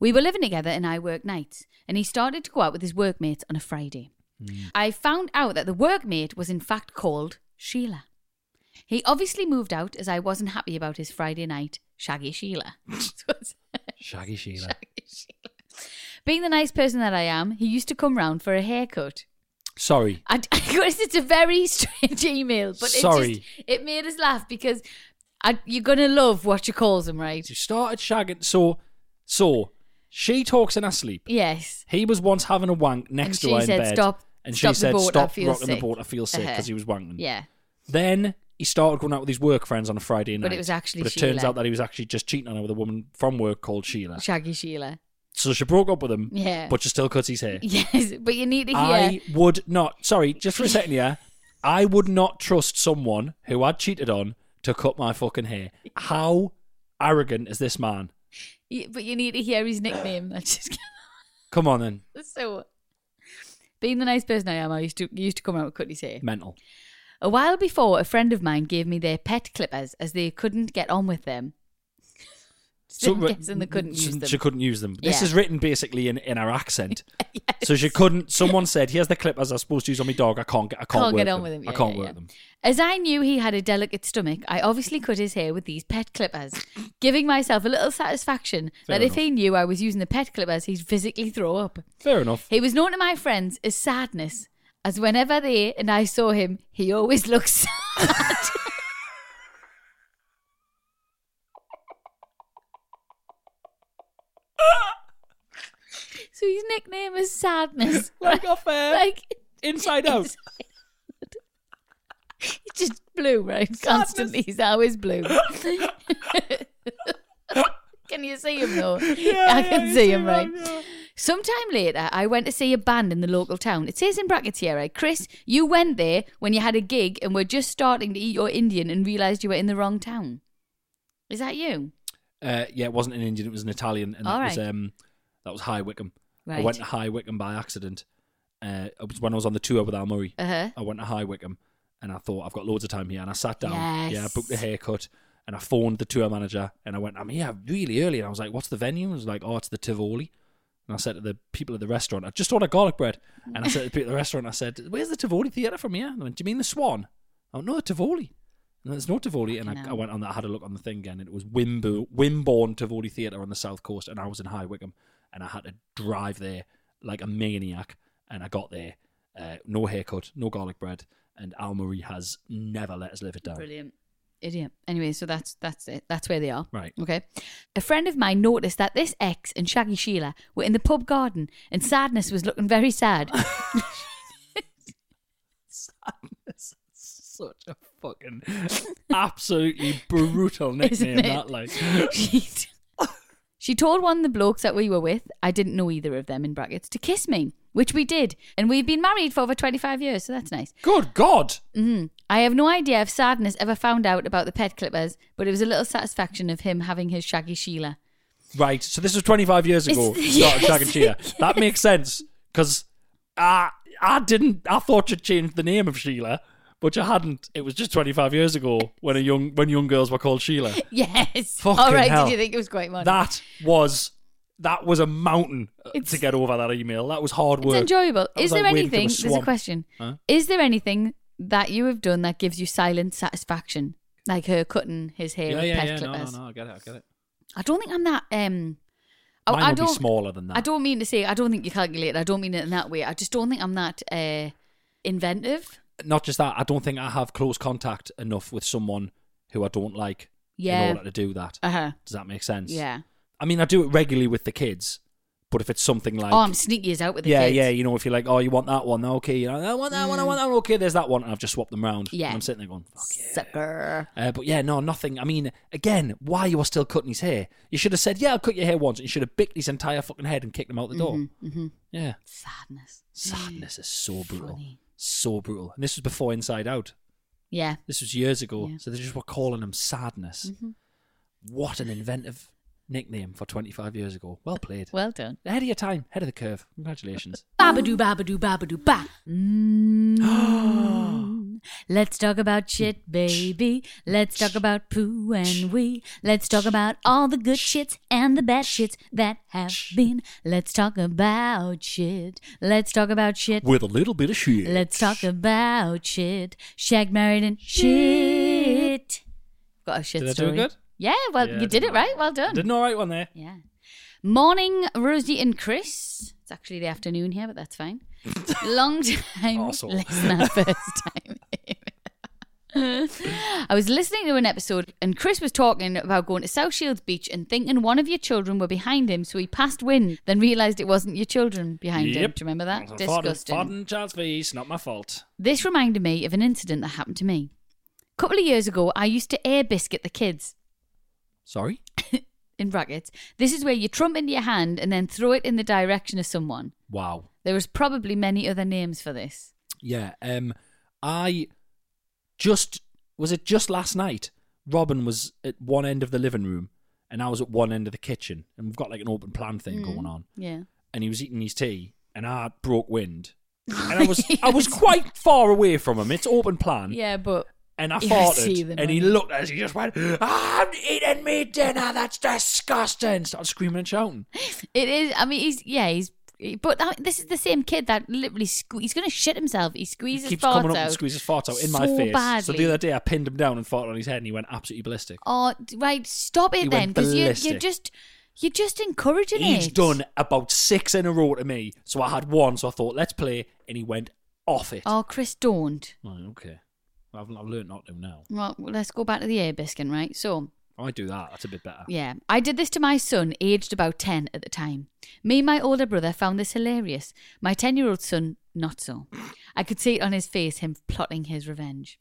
[SPEAKER 1] We were living together and I worked nights, and he started to go out with his workmates on a Friday.
[SPEAKER 2] Mm.
[SPEAKER 1] I found out that the workmate was in fact called Sheila. He obviously moved out as I wasn't happy about his Friday night, Shaggy Sheila. [LAUGHS] That's what it said.
[SPEAKER 2] Shaggy Sheila.
[SPEAKER 1] Being the nice person that I am, he used to come round for a haircut.
[SPEAKER 2] Sorry.
[SPEAKER 1] I, [LAUGHS] I guess it's a very [LAUGHS] strange email, but it
[SPEAKER 2] Sorry.
[SPEAKER 1] just it made us laugh because I, you're gonna love what she calls him, right?
[SPEAKER 2] She started shagging. So, so she talks in her sleep.
[SPEAKER 1] Yes.
[SPEAKER 2] He was once having a wank next
[SPEAKER 1] And
[SPEAKER 2] to her
[SPEAKER 1] she
[SPEAKER 2] in
[SPEAKER 1] said,
[SPEAKER 2] bed,
[SPEAKER 1] "Stop-
[SPEAKER 2] and
[SPEAKER 1] stop
[SPEAKER 2] she
[SPEAKER 1] the
[SPEAKER 2] said,
[SPEAKER 1] boat, I
[SPEAKER 2] "Stop
[SPEAKER 1] feel
[SPEAKER 2] rocking the
[SPEAKER 1] sick."
[SPEAKER 2] board. I feel sick
[SPEAKER 1] Uh-huh.
[SPEAKER 2] because he was wanking."
[SPEAKER 1] Yeah.
[SPEAKER 2] Then he started going out with his work friends on a Friday night.
[SPEAKER 1] But it was actually
[SPEAKER 2] But it turns
[SPEAKER 1] Sheila.
[SPEAKER 2] out that he was actually just cheating on her with a woman from work called Sheila.
[SPEAKER 1] Shaggy Sheila.
[SPEAKER 2] So she broke up with him.
[SPEAKER 1] Yeah.
[SPEAKER 2] But she still cuts his
[SPEAKER 1] [LAUGHS]
[SPEAKER 2] hair.
[SPEAKER 1] Yes, but you need to hear.
[SPEAKER 2] I would not. Sorry, just for a second here. I would not trust someone who I'd cheated on to cut my fucking hair. How arrogant is this man?
[SPEAKER 1] y- But you need to hear his nickname. I just
[SPEAKER 2] Come on then,
[SPEAKER 1] so. Being the nice person I am, I used to used to come out with Cutney's hair.
[SPEAKER 2] mental.
[SPEAKER 1] A while before, a friend of mine gave me their pet clippers as they couldn't get on with them. [LAUGHS] So,
[SPEAKER 2] but-
[SPEAKER 1] guessing they couldn't
[SPEAKER 2] she,
[SPEAKER 1] use them.
[SPEAKER 2] She couldn't use them. This
[SPEAKER 1] Yeah.
[SPEAKER 2] is written basically in, in
[SPEAKER 1] [LAUGHS]
[SPEAKER 2] her accent. So she couldn't. Someone said, "Here's the clippers I was supposed to use on my dog. I can't get. I can't,
[SPEAKER 1] Can't
[SPEAKER 2] work
[SPEAKER 1] get on
[SPEAKER 2] them.
[SPEAKER 1] with them.
[SPEAKER 2] I
[SPEAKER 1] Yeah,
[SPEAKER 2] can't
[SPEAKER 1] yeah,
[SPEAKER 2] work
[SPEAKER 1] yeah.
[SPEAKER 2] them."
[SPEAKER 1] As I knew he had a delicate stomach, I obviously cut his hair with these pet clippers, giving myself a little satisfaction
[SPEAKER 2] Fair
[SPEAKER 1] that if he knew I was using the pet clippers, he'd physically throw up.
[SPEAKER 2] Fair enough.
[SPEAKER 1] He was known to my friends as Sadness, as whenever they and I saw him, he always looked [LAUGHS] sad. so his nickname is Sadness.
[SPEAKER 2] Like off
[SPEAKER 1] [LAUGHS]
[SPEAKER 2] air,
[SPEAKER 1] like [LAUGHS]
[SPEAKER 2] inside out.
[SPEAKER 1] He's just blue, right? Constantly, he's always [LAUGHS] blue. can you see him though? I can
[SPEAKER 2] you
[SPEAKER 1] see him,
[SPEAKER 2] that,
[SPEAKER 1] right? Sometime later, I went to see a band in the local town. It says in brackets here, right? Chris, you went there when you had a gig and were just starting to eat your Indian and realised you were in the wrong town. Is that you?
[SPEAKER 2] Uh, yeah, it wasn't an Indian. It was an Italian, and
[SPEAKER 1] All
[SPEAKER 2] that was
[SPEAKER 1] right.
[SPEAKER 2] um, that was High Wycombe. I
[SPEAKER 1] Right.
[SPEAKER 2] went to High Wycombe by accident. Uh, it was when I was on the tour with Al Murray.
[SPEAKER 1] Uh huh.
[SPEAKER 2] I went to High Wycombe, and I thought I've got loads of time here, and I sat down.
[SPEAKER 1] Yes.
[SPEAKER 2] Yeah, I booked a haircut, and I phoned the tour manager, and I went, I'm here really early, and I was like, What's the venue? And I was like, Oh, it's the Tivoli. And I said to the people at the restaurant, I just ordered garlic bread, and I said to the people at the restaurant, I said, Where's the Tivoli Theatre from here? And they went, Do you mean the Swan? I went, Oh, No, the Tivoli. And there's no Tivoli, and
[SPEAKER 1] Fucking
[SPEAKER 2] I, I
[SPEAKER 1] hell.
[SPEAKER 2] went on that. I had a look on the thing again, and it was Wimbo, Wimborne Tivoli Theatre on the south coast, and I was in High Wycombe, and I had to drive there like a maniac, and I got there, uh, no haircut, no garlic bread, and Al Murray has never let us live it down. [LAUGHS]
[SPEAKER 1] Brilliant. Idiot. Anyway, so that's that's it. That's where they are.
[SPEAKER 2] Right.
[SPEAKER 1] Okay. A friend of mine noticed that this ex and Shaggy Sheila were in the pub garden and Sadness was looking very
[SPEAKER 2] [LAUGHS]
[SPEAKER 1] sad. [LAUGHS]
[SPEAKER 2] It's such a fucking absolutely
[SPEAKER 1] [LAUGHS]
[SPEAKER 2] brutal
[SPEAKER 1] Isn't
[SPEAKER 2] nickname.
[SPEAKER 1] it?
[SPEAKER 2] That like
[SPEAKER 1] she, she told one of the blokes that we were with, I didn't know either of them in brackets, to kiss me, which we did. And we've been married for over 25 years, so that's nice.
[SPEAKER 2] good God.
[SPEAKER 1] Mhm. I have no idea if Sadness ever found out about the pet clippers, but it was a little satisfaction of him having his Shaggy Sheila. [LAUGHS]
[SPEAKER 2] Right. So this was 25 years ago.
[SPEAKER 1] It's-
[SPEAKER 2] Started
[SPEAKER 1] yes.
[SPEAKER 2] Shag and Sheila.
[SPEAKER 1] [LAUGHS]
[SPEAKER 2] That makes sense because I I didn't. I thought you'd changed the name of Sheila, but you hadn't. It was just 25 years ago when a young when young girls were called
[SPEAKER 1] [LAUGHS]
[SPEAKER 2] Sheila.
[SPEAKER 1] Yes.
[SPEAKER 2] Fucking
[SPEAKER 1] All right,
[SPEAKER 2] hell.
[SPEAKER 1] did you think it was quite modern?
[SPEAKER 2] That was that was a mountain uh,
[SPEAKER 1] It's-
[SPEAKER 2] to get over that email. That was hard
[SPEAKER 1] It's
[SPEAKER 2] work.
[SPEAKER 1] enjoyable.
[SPEAKER 2] That
[SPEAKER 1] Is
[SPEAKER 2] was like
[SPEAKER 1] there
[SPEAKER 2] wading through
[SPEAKER 1] anything? there's a
[SPEAKER 2] swamp.
[SPEAKER 1] question.
[SPEAKER 2] Huh?
[SPEAKER 1] Is there anything that you have done that gives you silent satisfaction, like her cutting his hair
[SPEAKER 2] Yeah,
[SPEAKER 1] with
[SPEAKER 2] yeah,
[SPEAKER 1] pet
[SPEAKER 2] yeah. No,
[SPEAKER 1] clippers?
[SPEAKER 2] no, no. I get it. I get it.
[SPEAKER 1] I don't think I'm that. Um, I-
[SPEAKER 2] Mine
[SPEAKER 1] I
[SPEAKER 2] would be
[SPEAKER 1] don't-
[SPEAKER 2] smaller than that.
[SPEAKER 1] I don't mean to say I don't think you calculate. I don't mean it in that way. I just don't think I'm that uh, inventive.
[SPEAKER 2] Not just that, I don't think I have close contact enough with someone who I don't like
[SPEAKER 1] Yeah.
[SPEAKER 2] in order to do that.
[SPEAKER 1] Uh huh.
[SPEAKER 2] Does that make sense?
[SPEAKER 1] Yeah.
[SPEAKER 2] I mean, I do it regularly with the kids, but if it's something like.
[SPEAKER 1] oh, I'm sneaky as out with the
[SPEAKER 2] yeah,
[SPEAKER 1] kids. Mm.
[SPEAKER 2] yeah, you know, if you're like, oh, you want that one, okay, you know, I want that one, I want that one, okay, there's that one, and I've just swapped them round.
[SPEAKER 1] Yeah.
[SPEAKER 2] And I'm sitting there going, fuck yeah.
[SPEAKER 1] Sucker.
[SPEAKER 2] Uh, but yeah, no, nothing. I mean, again, why you were still cutting his hair? You should have said, "Yeah, I'll cut your hair once." And you should have bicked his entire fucking head and kicked him out the door.
[SPEAKER 1] Mm-hmm.
[SPEAKER 2] Yeah,
[SPEAKER 1] Sadness.
[SPEAKER 2] sadness is so brutal,
[SPEAKER 1] Funny.
[SPEAKER 2] so brutal. And this was before Inside Out.
[SPEAKER 1] Yeah.
[SPEAKER 2] This was years ago,
[SPEAKER 1] Yeah. Mm-hmm.
[SPEAKER 2] so they just were calling him Sadness. What an inventive nickname for 25 years ago. Well played.
[SPEAKER 1] Well done.
[SPEAKER 2] Ahead of your time, head of the curve. Congratulations.
[SPEAKER 1] Babadoo, babadoo, babadoo, ba. Mm. [GASPS] Let's talk about shit, baby. Let's talk about poo and wee. Let's talk about all the good shits and the bad shits that have been. Let's talk about shit. Let's talk about shit.
[SPEAKER 2] [LAUGHS] With a little bit of shit.
[SPEAKER 1] Let's talk about shit. Shag, married, and shit. Got a shit
[SPEAKER 2] Did I do
[SPEAKER 1] story.
[SPEAKER 2] good?
[SPEAKER 1] Yeah, well,
[SPEAKER 2] Yeah, I
[SPEAKER 1] you
[SPEAKER 2] did
[SPEAKER 1] did it right. Well done.
[SPEAKER 2] Did an alright one there.
[SPEAKER 1] Yeah. Morning, Rosie and Chris. It's actually the afternoon here, but that's
[SPEAKER 2] [LAUGHS]
[SPEAKER 1] fine. Long time
[SPEAKER 2] Arsehole.
[SPEAKER 1] listener, [LAUGHS] first time. I was listening to an episode and Chris was talking about going to South Shields Beach and thinking one of your children were behind him, so he passed wind, then realised it wasn't your children behind him. Do you remember that? Disgusting.
[SPEAKER 2] Pardon, child's face, not my fault.
[SPEAKER 1] This reminded me of an incident that happened to me. A couple of years ago, I used to air biscuit the kids
[SPEAKER 2] Sorry?
[SPEAKER 1] in brackets. This is where you trump into your hand and then throw it in the direction of someone.
[SPEAKER 2] Wow.
[SPEAKER 1] There was probably many other names for this.
[SPEAKER 2] Yeah. Um, I just was it just last night. Robin was at one end of the living room, and I was at one end of the kitchen, and we've got like an open plan
[SPEAKER 1] Mm.
[SPEAKER 2] thing going on.
[SPEAKER 1] Yeah.
[SPEAKER 2] And he was eating his tea, and I broke wind, and I
[SPEAKER 1] [LAUGHS]
[SPEAKER 2] was I was quite far away from him. It's open plan,
[SPEAKER 1] Yeah, but
[SPEAKER 2] and I
[SPEAKER 1] You see
[SPEAKER 2] farted,
[SPEAKER 1] them,
[SPEAKER 2] and he
[SPEAKER 1] don't you?
[SPEAKER 2] looked at us. He just went, "I'm eating me dinner. That's disgusting!" Started screaming and shouting.
[SPEAKER 1] it is. I mean, he's yeah, he's. But that, this is the same kid that literally sque- he's going to shit himself. He
[SPEAKER 2] He
[SPEAKER 1] squeezes
[SPEAKER 2] keeps
[SPEAKER 1] farts
[SPEAKER 2] coming up
[SPEAKER 1] out.
[SPEAKER 2] and squeezes farts out in my
[SPEAKER 1] so
[SPEAKER 2] face. So
[SPEAKER 1] badly.
[SPEAKER 2] the other day, I pinned him down and farted on his head, and he went absolutely ballistic.
[SPEAKER 1] Oh, d- right, stop it
[SPEAKER 2] He
[SPEAKER 1] then,
[SPEAKER 2] went
[SPEAKER 1] because you, you're
[SPEAKER 2] ballistic.
[SPEAKER 1] just you're just encouraging
[SPEAKER 2] He's
[SPEAKER 1] it.
[SPEAKER 2] done about six in a row to me. So I had one, so I thought, let's play, and he went off it.
[SPEAKER 1] Oh, Chris, don't.
[SPEAKER 2] Right, okay. Well, I've, I've learned not to now.
[SPEAKER 1] Well, let's go back to the air biscuit, right? So,
[SPEAKER 2] I do that. That's a bit better.
[SPEAKER 1] Yeah, I did this to my son, aged about 10 at the time. Me and my older brother found this hilarious. My 10 year old son, not so. I could see it on his face, him plotting his revenge.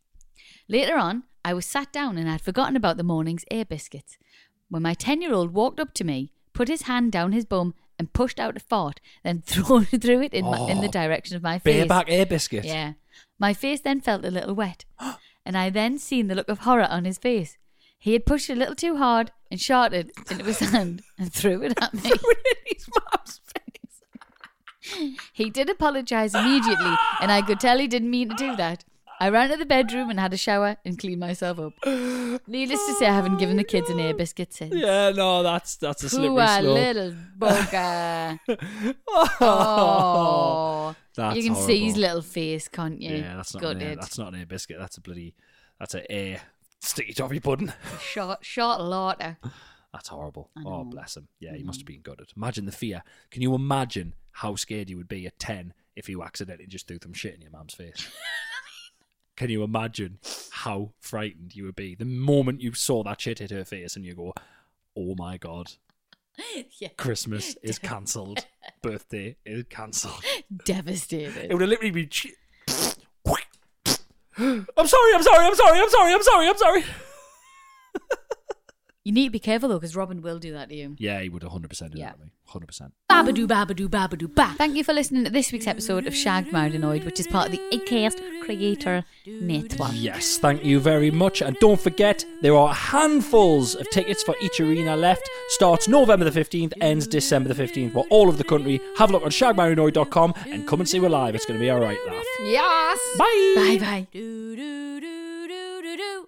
[SPEAKER 1] Later on, I was sat down and I'd forgotten about the morning's air biscuits. When my 10 year old walked up to me, put his hand down his bum, and pushed out a fart, then [LAUGHS] thrown, threw it in, my, in the
[SPEAKER 2] Oh,
[SPEAKER 1] direction of my face.
[SPEAKER 2] Bareback air biscuit.
[SPEAKER 1] Yeah. My face then felt a little [GASPS] wet, and I then seen the look of horror on his face. He had pushed a little too hard and shot it into his [LAUGHS] hand and [LAUGHS] threw it at me. his mom's face. [LAUGHS] he did apologise immediately, and I could tell he didn't mean to do that. I ran to the bedroom and had a shower and cleaned myself [GASPS] up. Needless to say, I haven't given the kids an air biscuit since.
[SPEAKER 2] Yeah, Uh, no, that's that's a slippery
[SPEAKER 1] Poor
[SPEAKER 2] slope.
[SPEAKER 1] little [LAUGHS] bugger. oh.
[SPEAKER 2] That's
[SPEAKER 1] you can see his
[SPEAKER 2] horrible.
[SPEAKER 1] little face, can't you?
[SPEAKER 2] Yeah, that's not an air,
[SPEAKER 1] Gutted.
[SPEAKER 2] that's not an air biscuit. That's a bloody that's an air sticky toffee pudding.
[SPEAKER 1] Short, short laughter.
[SPEAKER 2] That's horrible. Oh, bless him. Yeah, he must have been gutted. Imagine the fear. Can you imagine how scared you would be at 10 if you accidentally just threw some shit in your mum's face? Can you imagine how frightened you would be the moment you saw that shit hit her face and you go, oh my God,
[SPEAKER 1] yeah,
[SPEAKER 2] Christmas is cancelled, birthday is cancelled? It
[SPEAKER 1] devastated.
[SPEAKER 2] would have literally been. Che- [GASPS] I'm sorry, I'm sorry, I'm sorry, I'm sorry, I'm sorry, I'm sorry.
[SPEAKER 1] You need to be careful though, because Robin will do that to you.
[SPEAKER 2] Yeah, he would 100% do
[SPEAKER 1] Yeah.
[SPEAKER 2] that to me. 100%.
[SPEAKER 1] Babadoo, babadoo, babadoo, ba. Thank you for listening to this week's episode of Shagged, Married, Annoyed, which is part of the Acast Creator Network.
[SPEAKER 2] Yes, thank you very much. And don't forget, there are handfuls of tickets for each arena left. Starts November the 15th, ends December the 15th. We're all over the country. Have a look on shagmarinoid.com and come and see we're live. It's going to be a right laugh.
[SPEAKER 1] Yes.
[SPEAKER 2] Bye.
[SPEAKER 1] Bye. Bye.
[SPEAKER 3] Do do do do do do.